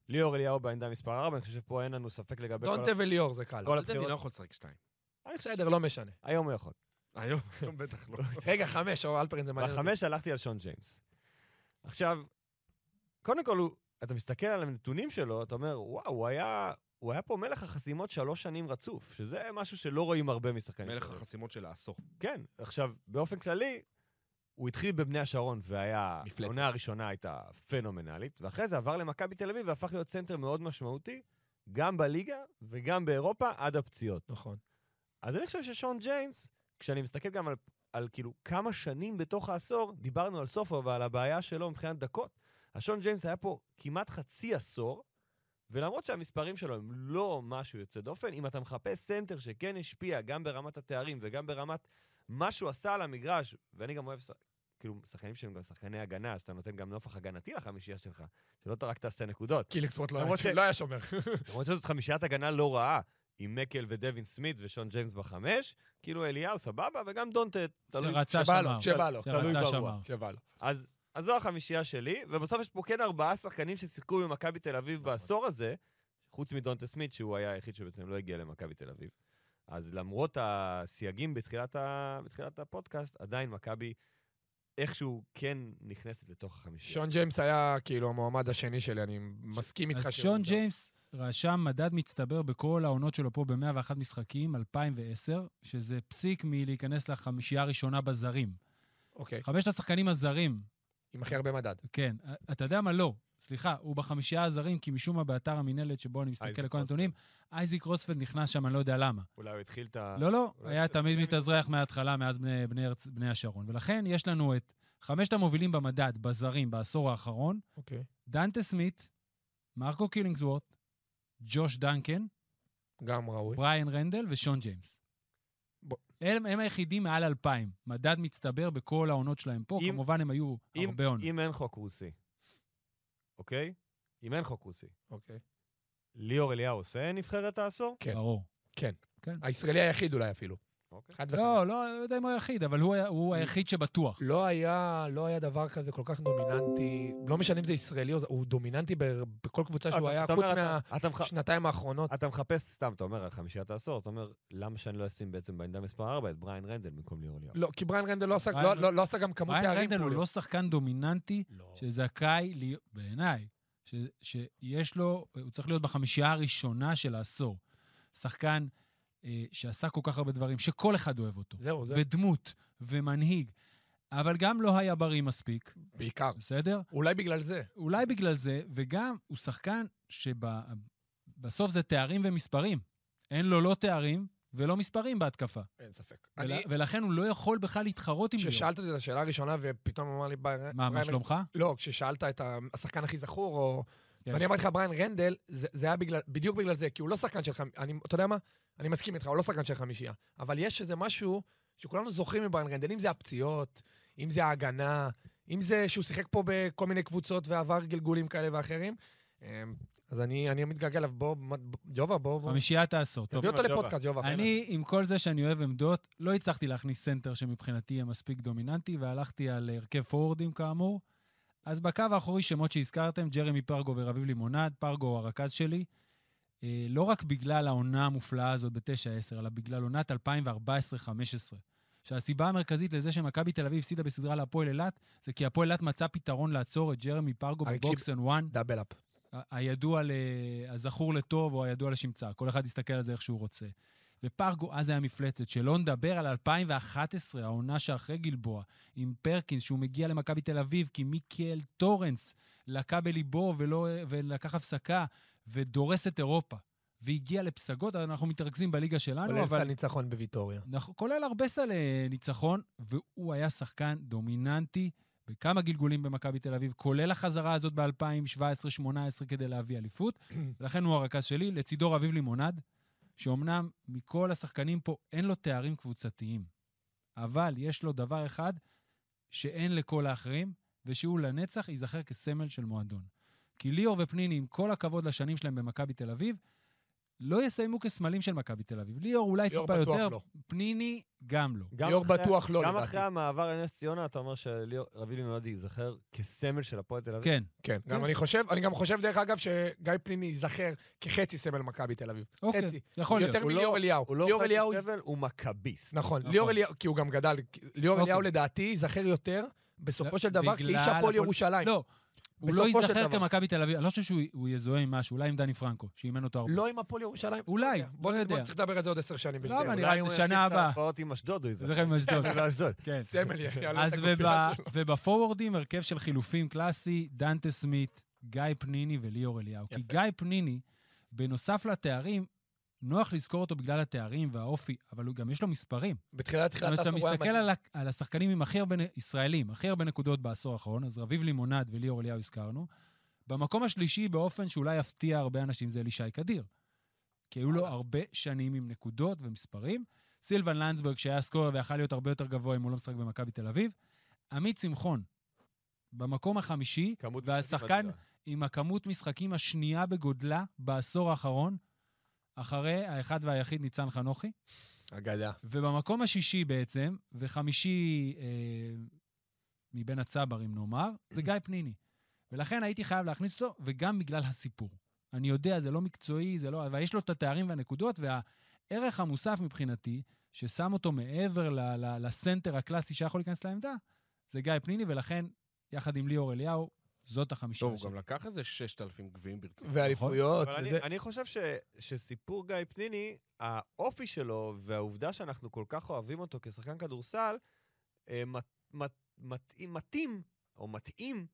[SPEAKER 4] ליאור אליהו בעמדה מספר ארבע, אני חושב שפה אין לנו ספק לגבי כל
[SPEAKER 5] דונטה
[SPEAKER 4] ה-
[SPEAKER 5] וליאור זה קל.
[SPEAKER 4] כל
[SPEAKER 2] אבל דני לא
[SPEAKER 4] הבחירות.
[SPEAKER 2] יכול לשחק שתיים.
[SPEAKER 5] בסדר, לא משנה.
[SPEAKER 4] היום הוא יכול.
[SPEAKER 2] היום היום בטח לא.
[SPEAKER 5] רגע, חמש, או אלפרין זה מעניין. אותי.
[SPEAKER 4] בחמש הלכתי על שון ג'יימס. עכשיו, קודם כל, הוא- אתה מסתכל על הנתונים שלו, אתה אומר, וואו, הוא היה, הוא היה פה מלך החסימות שלוש שנים רצוף, שזה משהו שלא רואים הרבה משחקנים.
[SPEAKER 2] מלך
[SPEAKER 4] כאלה.
[SPEAKER 2] החסימות של העשור.
[SPEAKER 4] כן, עכשיו, באופן כללי, הוא התחיל בבני השרון והיה...
[SPEAKER 5] מפלצת.
[SPEAKER 4] העונה הראשונה הייתה פנומנלית, ואחרי זה עבר למכבי תל אביב והפך להיות סנטר מאוד משמעותי, גם בליגה וגם באירופה, עד הפציעות.
[SPEAKER 5] נכון.
[SPEAKER 4] אז אני חושב ששון ג'יימס, כשאני מסתכל גם על, על כאילו כמה שנים בתוך העשור, דיברנו על סופו ועל הבעיה שלו מבחינת דקות, אז שון ג'יימס היה פה כמעט חצי עשור, ולמרות שהמספרים שלו הם לא משהו יוצא דופן, אם אתה מחפש סנטר שכן השפיע גם ברמת התארים וגם ברמת מה שהוא עשה על המגרש, ואני גם אוהב ש- כאילו שחקנים שהם גם שחקני הגנה, אז אתה נותן גם נופח הגנתי לחמישייה שלך, שלא רק תעשה נקודות.
[SPEAKER 5] כי לקספורט לא
[SPEAKER 4] למרות ש-
[SPEAKER 5] היה- לא היה שומר.
[SPEAKER 4] למרות שזאת חמישיית הגנה לא רעה, עם מקל ודווין סמית ושון ג'יימס בחמש, כאילו אליהו סבבה, וגם דונטה, תלוי.
[SPEAKER 1] שרצה
[SPEAKER 5] שבא לו,
[SPEAKER 1] שמר.
[SPEAKER 5] שבא לו,
[SPEAKER 4] תלוי
[SPEAKER 1] שרצה
[SPEAKER 4] ברוח.
[SPEAKER 1] שמר.
[SPEAKER 5] שבא לו.
[SPEAKER 4] אז, אז זו החמישייה שלי, ובסוף יש פה כן ארבעה שחקנים ששיחקו במכבי תל אביב
[SPEAKER 5] נכון.
[SPEAKER 4] בעשור הזה, חוץ מדונטה סמית, שהוא היה היחיד שבעצם לא הגיע למכבי תל אביב. אז למרות הסייגים בתחילת, ה... בתחילת הפודקאסט, עדיין מכבי איכשהו כן נכנסת לתוך החמישייה. אה,
[SPEAKER 5] שון ג'יימס היה כאילו המועמד השני שלי, אני מסכים איתך.
[SPEAKER 1] אז
[SPEAKER 5] שהוא לא-
[SPEAKER 1] שון
[SPEAKER 5] נבדק.
[SPEAKER 1] ג'יימס רשם מדד מצטבר בכל העונות שלו פה ב-101 משחקים, 2010, שזה פסיק מלהיכנס לחמישייה הראשונה בזרים.
[SPEAKER 5] אוקיי,
[SPEAKER 1] חמשת השחקנים הזרים,
[SPEAKER 5] עם הכי הרבה מדד.
[SPEAKER 1] כן. אתה יודע מה? לא. סליחה, הוא בחמישייה הזרים, כי משום מה באתר המינהלת שבו אני מסתכל
[SPEAKER 4] אייזק
[SPEAKER 1] לכל הנתונים, אייזיק רוספלד נכנס שם, אני לא יודע למה.
[SPEAKER 4] אולי הוא התחיל את ה...
[SPEAKER 1] לא, לא,
[SPEAKER 4] אולי
[SPEAKER 1] היה
[SPEAKER 4] זה-
[SPEAKER 1] תמיד
[SPEAKER 4] זה-
[SPEAKER 1] מתאזרח מההתחלה, מאז בני, בני, ארץ- בני השרון. ולכן יש לנו את חמשת המובילים במדד, בזרים, בעשור האחרון,
[SPEAKER 5] אוקיי.
[SPEAKER 1] דנטה סמית, מרקו קילינגסוורט, ג'וש דנקן,
[SPEAKER 5] גם ראוי.
[SPEAKER 1] בריאן רנדל ושון ג'יימס.
[SPEAKER 5] ב-
[SPEAKER 1] הם, הם היחידים מעל 2,000. מדד מצטבר בכל העונות שלהם פה,
[SPEAKER 4] אם-
[SPEAKER 1] כמובן הם היו
[SPEAKER 4] אם,
[SPEAKER 1] הרבה עונות.
[SPEAKER 4] אם אין חוק רוסי, אוקיי? אם אין חוק רוסי,
[SPEAKER 5] אוקיי.
[SPEAKER 4] ליאור אליהו עושה נבחרת העשור?
[SPEAKER 5] כן.
[SPEAKER 1] ברור.
[SPEAKER 5] הישראלי היחיד אולי אפילו.
[SPEAKER 4] אוקיי.
[SPEAKER 5] חד וחלק.
[SPEAKER 1] לא, לא, לא יודע אם הוא היחיד, אבל הוא, היה- הוא היחיד שבטוח.
[SPEAKER 5] לא היה, לא היה דבר כזה כל כך דומיננטי, לא משנה אם זה ישראלי או זה, הוא דומיננטי ב- בכל קבוצה שהוא היה,
[SPEAKER 4] אה, אתה
[SPEAKER 5] חוץ
[SPEAKER 4] אומר, אתה- אתה מח-
[SPEAKER 5] מהשנתיים האחרונות.
[SPEAKER 4] אתה מחפש, סתם, אתה אומר על חמישיית העשור, אתה אומר, למה שאני לא אשים בעצם בעמדה מספר 4 את בריין רנדל במקום ליאור ליאור?
[SPEAKER 5] לא, כי בריין רנדל לא עשה-
[SPEAKER 1] בריין-
[SPEAKER 5] לא- לא- לא עשה גם כמות
[SPEAKER 1] בריאן
[SPEAKER 5] תארים. לא.
[SPEAKER 1] רנדל הוא
[SPEAKER 5] כמו
[SPEAKER 1] לא שחקן דומיננטי
[SPEAKER 5] ליאור.
[SPEAKER 1] שזכאי, להיות- בעיניי, ש- שיש לו, הוא צריך להיות בחמישייה הראשונה של העשור. שחקן אה, שעשה כל כך הרבה דברים, שכל אחד אוהב אותו.
[SPEAKER 5] זהו, זה
[SPEAKER 1] ודמות, ומנהיג, אבל גם לא היה בריא מספיק,
[SPEAKER 5] בעיקר.
[SPEAKER 1] בסדר?
[SPEAKER 5] אולי בגלל זה.
[SPEAKER 1] אולי בגלל זה, וגם הוא שחקן שבסוף זה תארים ומספרים. אין לו לא תארים ולא מספרים בהתקפה.
[SPEAKER 5] אין ספק.
[SPEAKER 1] ולה,
[SPEAKER 5] אני,
[SPEAKER 1] ולכן הוא לא יכול בכלל להתחרות עם ליאור.
[SPEAKER 5] כששאלת אותי את השאלה הראשונה, ופתאום אמר לי בריין...
[SPEAKER 1] מה, מה
[SPEAKER 5] בריין-
[SPEAKER 1] שלומך?
[SPEAKER 5] לא, כששאלת את ה- השחקן הכי זכור, או...
[SPEAKER 1] כן.
[SPEAKER 5] ואני אמרתי לך, בריין רנדל, זה זה היה בגלל- בדיוק בגלל זה, כי הוא לא שחקן של חמישייה. אתה יודע מה? אני מסכים איתך, הוא לא שחקן של חמישייה. אבל יש איזה משהו שכולנו זוכרים מבריין רנדל, אם זה הפציעות, אם זה ההגנה, אם זה שהוא שיחק פה בכל מיני קבוצות ועבר גלגולים כאלה ואחרים. אמ, אז אני אני מתגעגע אליו, בוא, מה- בוא- ג'ובה, בוא, בוא.
[SPEAKER 1] חמישייה תעשו. טוב,
[SPEAKER 5] תביא אותו
[SPEAKER 4] ג'ובה.
[SPEAKER 5] לפודקאסט, ג'ובה.
[SPEAKER 1] אני, עם כל זה שאני אוהב עמדות, לא הצלחתי להכניס סנטר שמבחינתי יהיה מספיק דומיננטי, והלכתי על הרכב פורורדים כאמור. אז בקו האחורי שמות שהזכרתם, ג'רמי פרגו ורביב לימונד, פרגו הוא הרכז שלי. אה, לא רק בגלל העונה המופלאה הזאת ב-9-10, אלא בגלל עונת 2014-2015. שהסיבה המרכזית לזה שמכבי תל אביב הפסידה בסדרה להפועל אילת, זה כי הפועל אילת מצא פתרון לעצור את ג'רמי פרגו
[SPEAKER 5] הרי
[SPEAKER 1] בבוקס אנד וואן,
[SPEAKER 5] דאבל אפ.
[SPEAKER 1] ה- הידוע, ל... הזכור לטוב או הידוע לשמצה, כל אחד יסתכל על זה איך שהוא רוצה. ופרגו אז היה מפלצת, שלא נדבר על 2011, העונה שאחרי גלבוע, עם פרקינס, שהוא מגיע למכבי תל אביב, כי מיקל טורנס לקה בליבו ולא, ולקח הפסקה, ודורס את אירופה. והגיע לפסגות, אנחנו מתרכזים בליגה שלנו,
[SPEAKER 5] כולל
[SPEAKER 1] אבל...
[SPEAKER 5] סל ניצחון בוויטוריה.
[SPEAKER 1] נכון, כולל הרבה סלי ניצחון, והוא היה שחקן דומיננטי בכמה גלגולים במכבי תל אביב, כולל החזרה הזאת ב-2017-2018 כדי להביא אליפות, ולכן הוא הרכז שלי, לצידו רביב לימונד, שאומנם מכל השחקנים פה אין לו תארים קבוצתיים, אבל יש לו דבר אחד שאין לכל האחרים, ושהוא לנצח ייזכר כסמל של מועדון. כי ליאור ופניני, עם כל הכבוד לשנים שלהם במכבי תל אביב, לא יסיימו כסמלים של מכבי תל אביב. ליאור אולי
[SPEAKER 5] ליאור
[SPEAKER 1] טיפה
[SPEAKER 5] בטוח
[SPEAKER 1] יותר,
[SPEAKER 5] לא.
[SPEAKER 1] פניני, גם לא.
[SPEAKER 4] גם
[SPEAKER 5] ליאור
[SPEAKER 4] אחרי-
[SPEAKER 5] בטוח לא,
[SPEAKER 4] גם
[SPEAKER 5] לדעתי.
[SPEAKER 4] אחרי המעבר לנס ציונה, אתה אומר שרבילי מלודי ייזכר כסמל של הפועל תל אביב?
[SPEAKER 1] כן,
[SPEAKER 5] כן, גם אני חושב, אני גם חושב, דרך אגב, שגיא פניני ייזכר כחצי סמל מכבי תל אביב.
[SPEAKER 1] אוקיי,
[SPEAKER 5] חצי.
[SPEAKER 1] יכול להיות.
[SPEAKER 5] יותר
[SPEAKER 4] הוא לא-
[SPEAKER 5] מליאור אליהו.
[SPEAKER 4] הוא לא
[SPEAKER 5] ליאור אליהו,
[SPEAKER 4] חצי סבל, הוא מכביסט.
[SPEAKER 5] נכון,
[SPEAKER 1] נכון.
[SPEAKER 5] ליאור אליהו, כי הוא גם גדל. ליאור
[SPEAKER 1] אוקיי. לא,
[SPEAKER 5] אליהו לדעתי ייזכר יותר, בסופו של דבר,
[SPEAKER 1] בגלל
[SPEAKER 5] כאיש
[SPEAKER 1] הפועל-
[SPEAKER 5] הפועל ירושלים.
[SPEAKER 1] לא, הוא לא
[SPEAKER 5] בסופו של
[SPEAKER 1] ייזכר
[SPEAKER 5] דבר.
[SPEAKER 1] כמכבי תל אביב, אני לא חושב שהוא הוא יזוהה עם משהו, אולי עם דני פרנקו, שאימן אותו הרבה.
[SPEAKER 5] לא עם הפועל ירושלים.
[SPEAKER 1] אולי,
[SPEAKER 5] אוקיי. יודע. בוא
[SPEAKER 1] לא
[SPEAKER 5] נ- בוא
[SPEAKER 1] יודע.
[SPEAKER 5] נצטרך לדבר על זה עוד עשר שנים.
[SPEAKER 1] לא, אבל
[SPEAKER 5] בשביל-
[SPEAKER 1] נראה לי שנה הבאה.
[SPEAKER 4] הפעות עם אשדוד הוא
[SPEAKER 1] זה
[SPEAKER 4] ייזכר.
[SPEAKER 1] זכר מאשדוד,
[SPEAKER 4] באשדוד.
[SPEAKER 1] כן.
[SPEAKER 5] סמל, יאללה,
[SPEAKER 1] אז
[SPEAKER 5] את הכופייה
[SPEAKER 1] וב-
[SPEAKER 5] שלו.
[SPEAKER 1] ובפורוורדים, הרכב של חילופים קלאסי, דנטה סמית, גיא פניני וליאור אליהו. כי
[SPEAKER 5] יפה.
[SPEAKER 1] גיא פניני, בנוסף לתארים, נוח לזכור אותו בגלל התארים והאופי, אבל הוא גם יש לו מספרים.
[SPEAKER 5] בתחילת
[SPEAKER 1] זאת אומרת,
[SPEAKER 5] תחילת
[SPEAKER 1] אתה
[SPEAKER 5] העשור הוא היה
[SPEAKER 1] מסתכל
[SPEAKER 5] מדהים.
[SPEAKER 1] על ה- על השחקנים עם הכי הרבה, נ- ישראלים, הכי הרבה נקודות בעשור האחרון, אז רביב לימונד וליאור אליהו הזכרנו. במקום השלישי, באופן שאולי יפתיע הרבה אנשים, זה אלישי קדיר. כי היו לו הרבה שנים עם נקודות ומספרים. סילבן לנדסברג, שהיה סקורר ויכל להיות הרבה יותר גבוה אם הוא לא משחק במכבי תל אביב. עמית שמחון, במקום החמישי,
[SPEAKER 4] כמות...
[SPEAKER 1] והשחקן- עם הכמות משחקים השנייה בגודלה בעשור האחרון, אחרי האחד והיחיד ניצן חנוכי.
[SPEAKER 5] אגדה.
[SPEAKER 1] ובמקום השישי בעצם, וחמישי אה, מבין הצברים נאמר, זה גיא פניני. ולכן הייתי חייב להכניס אותו, וגם בגלל הסיפור. אני יודע, זה לא מקצועי, זה לא... אבל יש לו את התארים והנקודות, והערך המוסף מבחינתי, ששם אותו מעבר ל- ל- לסנטר הקלאסי שהיה יכול להיכנס לעמדה, זה גיא פניני, ולכן, יחד עם ליאור אליהו, זאת נכון? החמישה.
[SPEAKER 2] טוב, הוא
[SPEAKER 1] שלי.
[SPEAKER 2] גם לא. לקח איזה 6,000 גביעים ברצינות.
[SPEAKER 5] ואליפויות,
[SPEAKER 4] אבל
[SPEAKER 5] וזה-
[SPEAKER 4] אני, אני חושב ש, שסיפור גיא פניני, האופי שלו והעובדה שאנחנו כל כך אוהבים אותו כשחקן כדורסל, אה, מת, מת, מתאים, מתאים, או מתאים,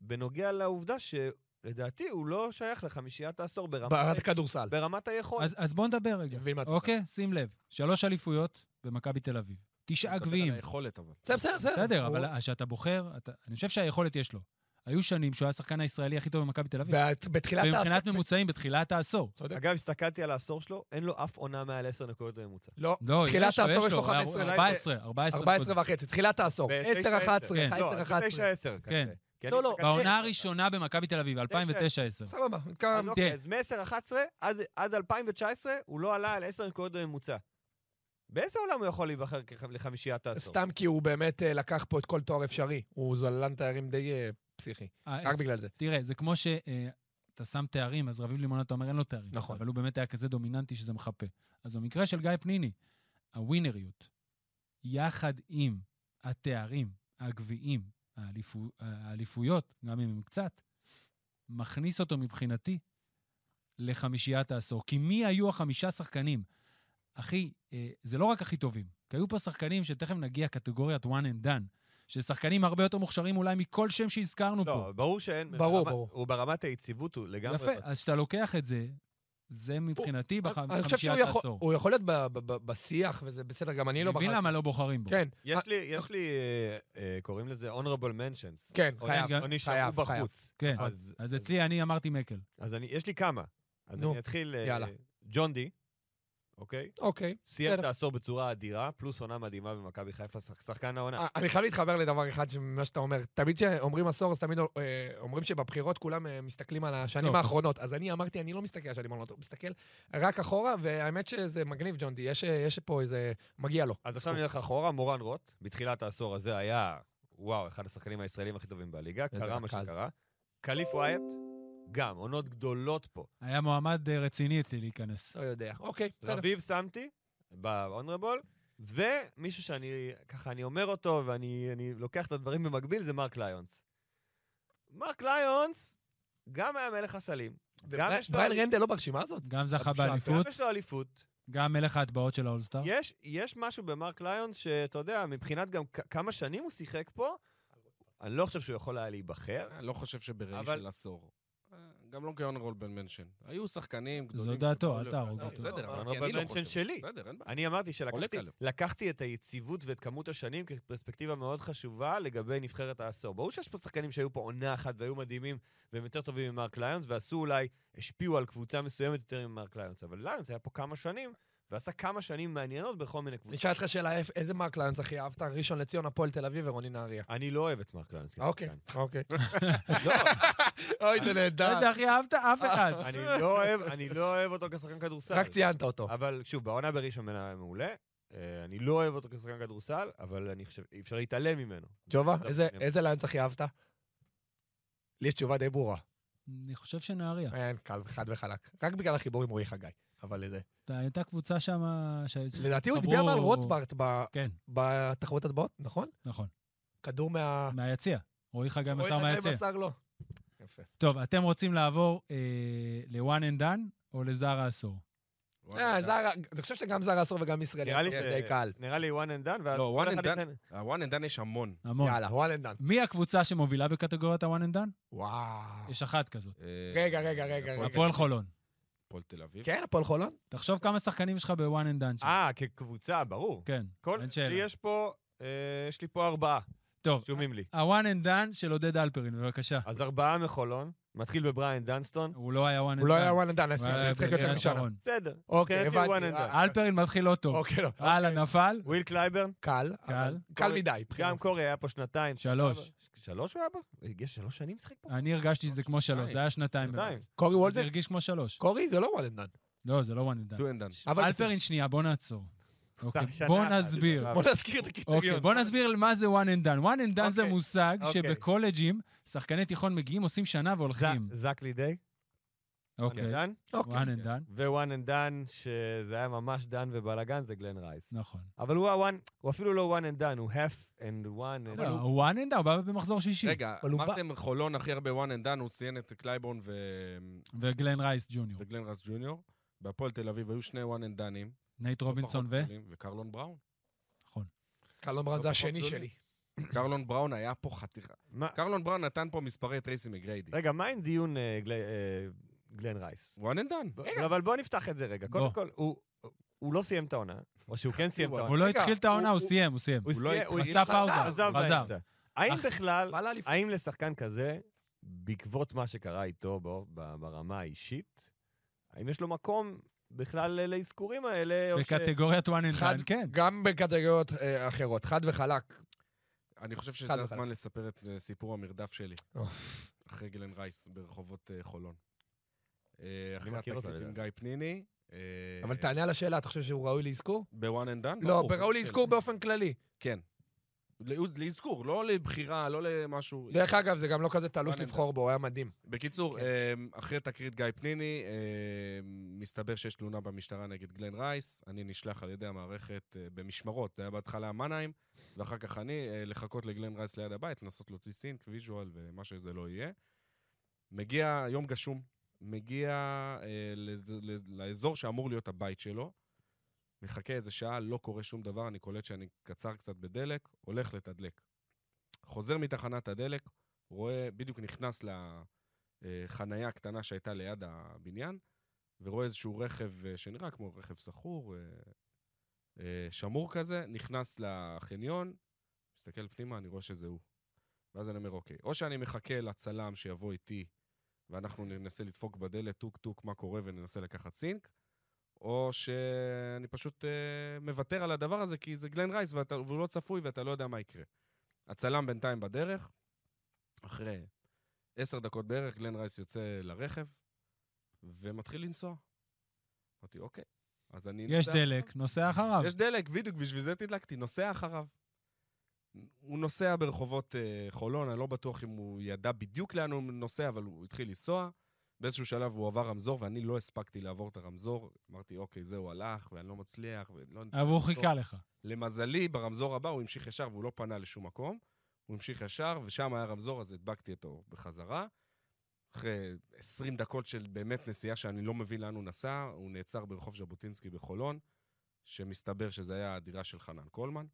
[SPEAKER 4] בנוגע לעובדה שלדעתי הוא לא שייך לחמישיית העשור ברמת,
[SPEAKER 5] בערת כדורסל.
[SPEAKER 4] ברמת היכולת.
[SPEAKER 1] אז, אז בואו נדבר
[SPEAKER 5] אני
[SPEAKER 1] רגע.
[SPEAKER 5] מבין מה אתה אומר.
[SPEAKER 1] אוקיי, שים לב. שלוש אליפויות במכבי תל אביב.
[SPEAKER 2] הוא
[SPEAKER 1] תשעה
[SPEAKER 2] מקבל על
[SPEAKER 1] גביעים.
[SPEAKER 2] היכולת, אבל.
[SPEAKER 5] בסדר, בסדר, בסדר.
[SPEAKER 1] בסדר,
[SPEAKER 5] הוא-
[SPEAKER 1] אבל כשאתה בוחר, אתה- אני חושב שהיכולת יש לו. היו שנים שהוא היה השחקן הישראלי הכי טוב במכבי תל אביב.
[SPEAKER 5] בת- בתחילת
[SPEAKER 1] ומבחינת
[SPEAKER 5] העשור-
[SPEAKER 1] ממוצעים, בתחילת העשור.
[SPEAKER 5] צודק.
[SPEAKER 4] אגב, הסתכלתי על העשור שלו, אין לו אף עונה מעל 10 נקודות בממוצע.
[SPEAKER 5] לא,
[SPEAKER 1] לא, יש
[SPEAKER 5] תחילת
[SPEAKER 1] לו,
[SPEAKER 5] העשור
[SPEAKER 1] יש
[SPEAKER 5] יש לו
[SPEAKER 1] לו.
[SPEAKER 5] 15,
[SPEAKER 1] הוא- 14, 14.
[SPEAKER 5] 14
[SPEAKER 1] נקודות.
[SPEAKER 5] וחצי, תחילת העשור.
[SPEAKER 4] ב- לא,
[SPEAKER 5] 10, 11,
[SPEAKER 1] כן.
[SPEAKER 5] 11, 11.
[SPEAKER 4] 9-10 כזה.
[SPEAKER 1] כן.
[SPEAKER 4] כי
[SPEAKER 5] לא,
[SPEAKER 4] אני
[SPEAKER 5] לא,
[SPEAKER 4] הסתכלתי-
[SPEAKER 1] בעונה הראשונה במכבי תל אביב, 2009-2010.
[SPEAKER 5] סבבה,
[SPEAKER 4] אז
[SPEAKER 5] מתקרב.
[SPEAKER 4] אוקיי,
[SPEAKER 1] כן.
[SPEAKER 4] אז מ-10-11 עד, עד 2019 הוא לא עלה על 10 נקודות בממוצע. באיזה עולם הוא יכול להיבחר כח- לחמישיית העשור?
[SPEAKER 5] סתם כי הוא באמת אה, לקח פה את כל תואר אפשרי. הוא זללן תארים די אה, פסיכי. רק בגלל זה.
[SPEAKER 1] תראה, זה כמו שאתה שם תארים, אז רביב לימון, אתה אומר, אין לו תארים.
[SPEAKER 5] נכון.
[SPEAKER 1] אבל הוא באמת היה כזה דומיננטי שזה מחפה. אז במקרה של גיא פניני, הווינריות, יחד עם התארים, הגביעים, האליפו, האליפויות, גם אם הם קצת, מכניס אותו מבחינתי לחמישיית העשור. כי מי היו החמישה שחקנים? אחי, אה, זה לא רק הכי טובים, כי היו פה שחקנים שתכף נגיע קטגוריית one and done, ששחקנים הרבה יותר מוכשרים אולי מכל שם שהזכרנו פה.
[SPEAKER 4] לא, ברור שאין...
[SPEAKER 5] ברור,
[SPEAKER 4] ברמה-
[SPEAKER 5] ברור.
[SPEAKER 4] הוא ברמת היציבות, הוא לגמרי...
[SPEAKER 1] יפה, אז כשאתה לוקח את זה, זה מבחינתי בח-
[SPEAKER 5] אני חושב שהוא
[SPEAKER 1] בחמישיית
[SPEAKER 5] יכול-
[SPEAKER 1] העשור.
[SPEAKER 5] הוא יכול להיות ב- ב- ב- בשיח, וזה בסדר, גם אני
[SPEAKER 1] אני
[SPEAKER 5] לא
[SPEAKER 1] מבין
[SPEAKER 5] בחרתי.
[SPEAKER 1] למה לא בוחרים בו.
[SPEAKER 5] כן,
[SPEAKER 4] יש לי, יש לי, אה, אה, קוראים לזה honorable mentions.
[SPEAKER 5] כן,
[SPEAKER 4] או-
[SPEAKER 5] חייב,
[SPEAKER 4] או נשארו
[SPEAKER 5] חייב, חייב.
[SPEAKER 4] בחוץ.
[SPEAKER 1] כן.
[SPEAKER 4] אז-
[SPEAKER 1] אז אצלי אני אמרתי מקל.
[SPEAKER 4] אז אני, יש לי כמה. אז
[SPEAKER 5] נו,
[SPEAKER 4] אני אתחיל... אה,
[SPEAKER 5] יאללה.
[SPEAKER 4] ג'ון די, אוקיי?
[SPEAKER 5] אוקיי.
[SPEAKER 4] סיים
[SPEAKER 5] בסדר.
[SPEAKER 4] את העשור בצורה אדירה, פלוס עונה מדהימה במכבי חיפה, שח- שחקן העונה.
[SPEAKER 5] אה, אני חייב להתחבר לדבר אחד ממה שאתה אומר. תמיד כשאומרים עשור, אז תמיד אה, אומרים שבבחירות כולם אה, מסתכלים על השנים
[SPEAKER 1] עשור.
[SPEAKER 5] האחרונות. אז אני אמרתי, אני לא מסתכל על השנים האחרונות, אני מסתכל רק אחורה, והאמת שזה מגניב, ג'ון די. יש- אה, יש פה איזה... מגיע לו.
[SPEAKER 4] אז עכשיו נלך אחורה, מורן רוט, בתחילת העשור הזה היה, וואו, אחד השחקנים הישראלים הכי טובים בליגה,
[SPEAKER 5] איזה
[SPEAKER 4] קרה מה
[SPEAKER 5] רכז.
[SPEAKER 4] שקרה. קליף ווייט, גם, עונות גדולות פה.
[SPEAKER 1] היה מועמד אה, רציני אצלי להיכנס.
[SPEAKER 5] לא יודע. אוקיי, בסדר.
[SPEAKER 4] רביב שמתי, ב-honorable, ומישהו שאני, ככה אני אומר אותו, ואני אני לוקח את הדברים במקביל, זה מרק ליונס. מרק ליונס גם היה מלך הסלים. גם יש לו-
[SPEAKER 5] בריין רנדל לא ברשימה הזאת?
[SPEAKER 1] גם זכה
[SPEAKER 5] הבושה,
[SPEAKER 1] באליפות,
[SPEAKER 4] גם יש לו אליפות.
[SPEAKER 1] גם מלך ההטבעות של האולסטאר.
[SPEAKER 4] יש, יש משהו במרק ליונס שאתה יודע, מבחינת גם כ- כמה שנים הוא שיחק פה, אני לא חושב שהוא יכול היה להיבחר.
[SPEAKER 2] אני לא חושב שבראי
[SPEAKER 4] אבל-
[SPEAKER 2] של עשור. אה, גם לא כהונרול בן מנשן. היו שחקנים גדולים.
[SPEAKER 1] דעתו,
[SPEAKER 2] שבאו
[SPEAKER 1] אל
[SPEAKER 2] לבד.
[SPEAKER 1] תהרוג
[SPEAKER 2] לא,
[SPEAKER 1] אותו.
[SPEAKER 2] בסדר, אבל
[SPEAKER 4] אבל
[SPEAKER 2] אני לא
[SPEAKER 4] בן
[SPEAKER 2] חושב.
[SPEAKER 4] של שלי.
[SPEAKER 2] בסדר, אין בעיה.
[SPEAKER 4] אני אמתי
[SPEAKER 2] חולק
[SPEAKER 4] שלקחתי
[SPEAKER 2] עליו.
[SPEAKER 4] לקחתי את היציבות ואת כמות השנים כפרספקטיבה מאוד חשובה לגבי נבחרת העשור. ברור שיש פה שחקנים שהיו פה עונה אחת והיו מדהימים והם יותר טובים ממרק ליונס, ועשו אולי, השפיעו על קבוצה מסוימת יותר ממרק ליונס, אבל ליונס היה פה כמה שנים, ועשה כמה שנים מעניינות בכל מיני
[SPEAKER 5] אני
[SPEAKER 4] קבוצות.
[SPEAKER 5] אשאל אותך שאלה, איפ- איזה מרק ליונס הכי אהבת? ראשון לציון, הפועל תל אביב ורוני נהריה.
[SPEAKER 4] אני לא אוהב את מרק ליונס. כשחקן.
[SPEAKER 5] אוקיי, אוקיי.
[SPEAKER 4] לא,
[SPEAKER 5] אוי, זה נהדר.
[SPEAKER 1] איזה לא אחי אהבת? אף
[SPEAKER 5] אה.
[SPEAKER 1] אחד.
[SPEAKER 4] אני לא אוהב, אני לא אוהב אותו כשחקן כדורסל.
[SPEAKER 5] רק ציינת אותו.
[SPEAKER 4] אבל שוב, בעונה בראשון מנה היה מעולה. אה, אני לא אוהב אותו כשחקן כדורסל, אבל אני חושב, אי אפשר להתעלם ממנו.
[SPEAKER 5] ג'ובה,
[SPEAKER 4] לא,
[SPEAKER 5] איזה-
[SPEAKER 4] אני-
[SPEAKER 5] איזה ליונס הכי אהבת? לי יש תשובה די ברורה.
[SPEAKER 1] אני חושב שנהריה.
[SPEAKER 5] אין, קל, חד וחלק. רק בגלל החיבור עם רועי חגי. אבל זה...
[SPEAKER 1] אתה- הייתה קבוצה שם...
[SPEAKER 5] לדעתי הוא דיבר על רוטברט ב-
[SPEAKER 1] כן,
[SPEAKER 5] בתחרות הטבעות, נכון?
[SPEAKER 1] נכון.
[SPEAKER 5] כדור מה...
[SPEAKER 1] מהיציע. רועי חגי
[SPEAKER 5] אה. רועי
[SPEAKER 1] מסר
[SPEAKER 5] חגי
[SPEAKER 1] מהיציע.
[SPEAKER 5] מסר לו. יפה.
[SPEAKER 1] טוב, אתם רוצים לעבור אה, ל-one and done או לזר העשור?
[SPEAKER 5] אה, זרה, אני חושב שגם זרה אסור וגם ישראלי
[SPEAKER 4] נראה לי
[SPEAKER 5] אסור,
[SPEAKER 4] ש-
[SPEAKER 5] די קל.
[SPEAKER 4] נראה לי one and done, ואז
[SPEAKER 2] לא, one
[SPEAKER 4] כל
[SPEAKER 2] and
[SPEAKER 4] אחד
[SPEAKER 2] done.
[SPEAKER 4] ייתן-
[SPEAKER 2] הוואן אנד דן יש המון.
[SPEAKER 1] המון.
[SPEAKER 5] יאללה, וואל אנד דן.
[SPEAKER 1] מי הקבוצה שמובילה בקטגוריית ה-one and done?
[SPEAKER 5] וואו.
[SPEAKER 1] יש אחת כזאת.
[SPEAKER 2] אה,
[SPEAKER 5] רגע, רגע, רגע,
[SPEAKER 2] הפועל-
[SPEAKER 5] רגע.
[SPEAKER 1] הפועל חולון.
[SPEAKER 2] הפועל תל אביב.
[SPEAKER 5] כן, הפועל חולון?
[SPEAKER 1] תחשוב כמה שחקנים יש לך ב-one and done שם.
[SPEAKER 4] אה, כקבוצה, ברור.
[SPEAKER 1] כן,
[SPEAKER 4] אה, כל,
[SPEAKER 1] אין
[SPEAKER 4] לי
[SPEAKER 1] שאלה.
[SPEAKER 4] יש פה, אה, יש לי פה ארבעה.
[SPEAKER 1] טוב,
[SPEAKER 4] שומים לי.
[SPEAKER 1] ה-one and done של עודד אלפרין, בבקשה.
[SPEAKER 4] אז ארבעה מחולון, מתחיל בבריין דנסטון.
[SPEAKER 1] הוא לא היה one and done. אה,
[SPEAKER 5] הוא לא היה וואן אנדן,
[SPEAKER 1] הוא היה
[SPEAKER 5] שיחק
[SPEAKER 1] בגביע
[SPEAKER 5] יותר משנה.
[SPEAKER 1] האחרון.
[SPEAKER 4] בסדר.
[SPEAKER 5] אוקיי,
[SPEAKER 4] מבחינתי הוא
[SPEAKER 6] אה,
[SPEAKER 4] one and
[SPEAKER 5] הבנתי.
[SPEAKER 4] done.
[SPEAKER 1] אלפרין מתחיל לא טוב.
[SPEAKER 5] אוקיי, לא.
[SPEAKER 1] הלאה, נפל.
[SPEAKER 4] וויל קלייברן,
[SPEAKER 5] קל.
[SPEAKER 1] קל.
[SPEAKER 5] אבל קל
[SPEAKER 4] קורי-
[SPEAKER 5] מדי.
[SPEAKER 4] גם קורי היה פה שנתיים.
[SPEAKER 1] שלוש.
[SPEAKER 4] שלוש הוא היה פה? יש שלוש שנים משחק פה?
[SPEAKER 1] אני לא הרגשתי שזה כמו שלוש, זה היה שנתיים.
[SPEAKER 4] שנתיים.
[SPEAKER 1] באמת.
[SPEAKER 5] קורי
[SPEAKER 1] זה
[SPEAKER 5] וולדן?
[SPEAKER 1] הרגיש כמו שלוש.
[SPEAKER 5] קורי זה לא וואן אנדן.
[SPEAKER 1] לא, זה לא one and done.
[SPEAKER 2] דו אנד דן.
[SPEAKER 5] אבל בסדר.
[SPEAKER 1] אלפרין, שנייה, בוא נעצור. אוקיי,
[SPEAKER 4] אה, שנה
[SPEAKER 1] בוא
[SPEAKER 4] אחת,
[SPEAKER 1] נסביר.
[SPEAKER 4] זה
[SPEAKER 5] בוא נזכיר את
[SPEAKER 1] אוקיי,
[SPEAKER 5] הקריטריון.
[SPEAKER 1] בוא נסביר מה זה one and done. one and done זה
[SPEAKER 4] אוקיי,
[SPEAKER 1] מושג
[SPEAKER 4] אוקיי.
[SPEAKER 1] שבקולג'ים, שחקני תיכון מגיעים, עושים שנה והולכים.
[SPEAKER 4] ז- זק לידי, one
[SPEAKER 1] אוקיי,
[SPEAKER 4] and done,
[SPEAKER 1] one
[SPEAKER 4] כן,
[SPEAKER 1] and done,
[SPEAKER 4] ו-one and done, שזה היה ממש done ובלאגן, זה גלן רייס.
[SPEAKER 1] נכון.
[SPEAKER 4] אבל הוא ה-one, הוא אפילו לא one and done, הוא half and one and...
[SPEAKER 1] לא, one and done, הוא בא במחזור שישי.
[SPEAKER 2] רגע,
[SPEAKER 5] אבל הוא בא-
[SPEAKER 2] אמרתם חולון הכי הרבה one and done, הוא ציין את קלייבון ו...
[SPEAKER 1] וגלן רייס ג'וניור.
[SPEAKER 2] וגלן רס ג'וניור. בהפועל תל אביב היו שני one and done'ים.
[SPEAKER 1] נייט רובינסון ו...
[SPEAKER 2] לא פחות גדולים, וקרלון בראון.
[SPEAKER 1] נכון.
[SPEAKER 5] קלון ברנד זה
[SPEAKER 2] לא
[SPEAKER 5] השני
[SPEAKER 2] פחות
[SPEAKER 5] שלי.
[SPEAKER 2] קרלון בראון היה פה חתיכה.
[SPEAKER 4] מה-
[SPEAKER 2] קרלון בראון נתן פה מספרי טרייסי מגריידי.
[SPEAKER 4] רגע, מה עם דיון אה, גל- אה, גלן רייס?
[SPEAKER 2] one and done.
[SPEAKER 4] ב- אבל בואו נפתח את זה רגע. קודם
[SPEAKER 1] בוא.
[SPEAKER 4] כל, הוא- הוא לא סיים את העונה, או שהוא כן סיים את
[SPEAKER 2] הוא
[SPEAKER 4] העונה.
[SPEAKER 1] הוא לא
[SPEAKER 5] רגע,
[SPEAKER 1] התחיל את העונה,
[SPEAKER 4] הוא-
[SPEAKER 1] הוא סיים, הוא סיים.
[SPEAKER 2] הוא לא
[SPEAKER 4] סיים-
[SPEAKER 2] התחיל.
[SPEAKER 1] עשה פאוזה,
[SPEAKER 4] עזב
[SPEAKER 1] עזב.
[SPEAKER 4] באמצע. האם
[SPEAKER 1] אח-
[SPEAKER 4] בכלל,
[SPEAKER 5] בא לאליפות.
[SPEAKER 4] האם לשחקן כזה, בעקבות מה שקרה איתו בו- ב- ברמה האישית, האם יש לו מקום בכלל אה, לאזכורים האלה? או ש-
[SPEAKER 1] בקטגוריית one and
[SPEAKER 5] חד-
[SPEAKER 1] done, כן.
[SPEAKER 5] גם בקטגוריות אה, אחרות, חד וחלק.
[SPEAKER 2] אני חושב שזה
[SPEAKER 5] חד
[SPEAKER 2] הזמן
[SPEAKER 5] וחלק.
[SPEAKER 2] לספר את אה, סיפור המרדף שלי.
[SPEAKER 5] אוף.
[SPEAKER 2] אחרי גלן רייס ברחובות אה, חולון. אה, אחרי
[SPEAKER 4] מכיר אותו,
[SPEAKER 2] התקליט עם
[SPEAKER 4] לדעתי.
[SPEAKER 2] גיא פניני. אה,
[SPEAKER 5] אבל תענה על השאלה, אתה חושב שהוא ראוי לאזכור?
[SPEAKER 2] ב-one and done?
[SPEAKER 5] לא,
[SPEAKER 2] ברור,
[SPEAKER 5] ראוי
[SPEAKER 2] בסדר.
[SPEAKER 5] לאזכור באופן כללי.
[SPEAKER 2] כן. לאו- לאזכור, לא לבחירה, לא למשהו.
[SPEAKER 5] דרך אגב, זה גם לא כזה תלוש
[SPEAKER 2] וואן
[SPEAKER 5] לבחור בו, הוא היה מדהים.
[SPEAKER 2] בקיצור,
[SPEAKER 5] כן.
[SPEAKER 2] אמ, אחרי תקרית גיא פניני, אמ, מסתבר שיש תלונה במשטרה נגד גלן רייס. אני נשלח על ידי המערכת אה, במשמרות, זה היה בהתחלה מנהיים, ואחר כך אני, אה, לחכות לגלן רייס ליד הבית, לנסות להוציא סינק, ויז'ואל ומה שזה לא יהיה. מגיע יום גשום, מגיע אה, לז- לז- לאזור שאמור להיות הבית שלו, מחכה איזה שעה, לא קורה שום דבר, אני קולט שאני קצר קצת בדלק, הולך לתדלק. חוזר מתחנת הדלק, רואה, בדיוק נכנס לחניה הקטנה אה, שהייתה ליד הבניין, ורואה איזשהו רכב אה, שנראה כמו רכב סחור, אה, אה, שמור כזה, נכנס לחניון, מסתכל פנימה, אני רואה שזה הוא. ואז אני אומר, אוקיי, או שאני מחכה לצלם שיבוא איתי, ואנחנו ננסה לדפוק בדלת, טוק-טוק, מה קורה, וננסה לקחת סינק, או שאני פשוט אה, מוותר על הדבר הזה, כי זה גלן רייס, ואתה, והוא לא צפוי, ואתה לא יודע מה יקרה. הצלם בינתיים בדרך, אחרי עשר דקות בערך, גלן רייס יוצא לרכב, ומתחיל לנסוע. אמרתי, אוקיי, אז אני...
[SPEAKER 1] יש
[SPEAKER 2] נוסע
[SPEAKER 1] דלק, נוסע אחריו.
[SPEAKER 2] יש דלק, בדיוק, בשביל זה תדלקתי, נוסע אחריו. הוא נוסע ברחובות אה, חולון, אני לא בטוח אם הוא ידע בדיוק לאן הוא נוסע, אבל הוא התחיל לנסוע. באיזשהו שלב הוא עבר רמזור, ואני לא הספקתי לעבור את הרמזור. אמרתי, אוקיי, זהו, הלך, ואני לא מצליח, ולא...
[SPEAKER 1] אבל הוא חיכה לך.
[SPEAKER 2] למזלי, ברמזור הבא הוא המשיך ישר והוא לא פנה לשום מקום. הוא המשיך ישר, ושם היה רמזור, אז הדבקתי את האור בחזרה. אחרי 20 דקות של באמת נסיעה שאני לא מבין לאן הוא נסע, הוא נעצר ברחוב ז'בוטינסקי בחולון, שמסתבר שזה היה הדירה של חנן קולמן,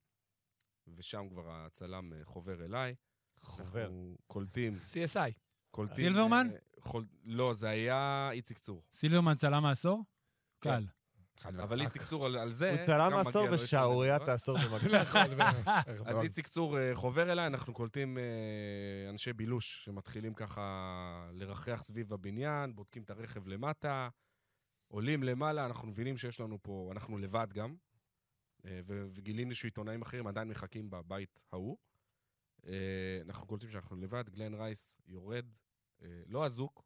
[SPEAKER 2] ושם כבר הצלם אה, חובר אליי.
[SPEAKER 4] חובר.
[SPEAKER 2] אנחנו קולטים,
[SPEAKER 5] CSI.
[SPEAKER 2] קולטים...
[SPEAKER 1] סילברמן?
[SPEAKER 2] אה, חול... לא, זה היה איציק צור.
[SPEAKER 1] סילברמן צלם העשור?
[SPEAKER 2] כן.
[SPEAKER 1] קל.
[SPEAKER 2] אבל איציק צור על, על זה...
[SPEAKER 4] הוא
[SPEAKER 2] אה, גם
[SPEAKER 4] צלם
[SPEAKER 2] מגיע
[SPEAKER 4] עשור
[SPEAKER 2] לו, יש לו
[SPEAKER 4] ושערוריית
[SPEAKER 2] נקודות.
[SPEAKER 4] העשור במקביל.
[SPEAKER 5] נכון, ו-
[SPEAKER 2] אז איציק צור אה, חובר אליי, אנחנו קולטים אה, אנשי בילוש שמתחילים ככה לרחח סביב הבניין, בודקים את הרכב למטה, עולים למעלה, אנחנו מבינים שיש לנו פה, אנחנו לבד גם, אה, ו- וגילינו שעיתונאים אחרים עדיין מחכים בבית ההוא. אה, אנחנו קולטים שאנחנו לבד, גלן רייס יורד, אה, לא אזוק,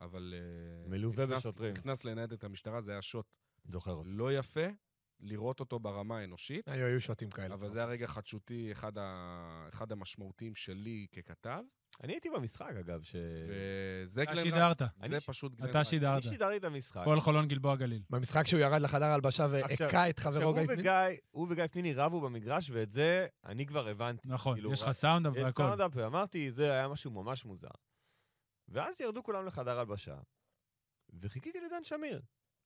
[SPEAKER 2] אבל... אה,
[SPEAKER 4] מלווה
[SPEAKER 2] נכנס-
[SPEAKER 4] בשוטרים.
[SPEAKER 2] נכנס לניידת המשטרה, זה היה שוט
[SPEAKER 4] זוכר אותו.
[SPEAKER 2] לא יפה, לראות אותו ברמה האנושית.
[SPEAKER 5] היו היו שוטים כאלה.
[SPEAKER 2] אבל זה הרגע חדשותי, אחד, ה... אחד המשמעותיים שלי ככתב,
[SPEAKER 4] אני הייתי במשחק, אגב, ש...
[SPEAKER 2] וזה
[SPEAKER 1] אתה
[SPEAKER 2] גלן
[SPEAKER 1] שידרת.
[SPEAKER 2] רייס.
[SPEAKER 4] כן. אני
[SPEAKER 2] זה
[SPEAKER 4] ש-
[SPEAKER 2] פשוט גלן
[SPEAKER 1] אתה
[SPEAKER 2] רייס.
[SPEAKER 4] אני
[SPEAKER 1] שידרת.
[SPEAKER 4] שידרתי את המשחק.
[SPEAKER 1] פועל חולון גלבוע גליל.
[SPEAKER 5] במשחק שהוא ירד לחדר הלבשה
[SPEAKER 4] עכשיו-
[SPEAKER 5] והכה את
[SPEAKER 4] עכשיו,
[SPEAKER 5] חברו
[SPEAKER 4] הוא
[SPEAKER 5] גיא פניני?
[SPEAKER 4] וגיא, הוא וגיא פניני רבו במגרש, ואת זה אני כבר הבנתי.
[SPEAKER 1] נכון,
[SPEAKER 4] כאילו,
[SPEAKER 1] יש לך
[SPEAKER 4] רק-
[SPEAKER 1] סאונד
[SPEAKER 4] יש
[SPEAKER 1] והכל.
[SPEAKER 4] סאונדאפ, ואמרתי, זה היה משהו ממש מוזר. ואז ירדו כולם לחדר הלבשה, וחיכיתי לדן שמיר.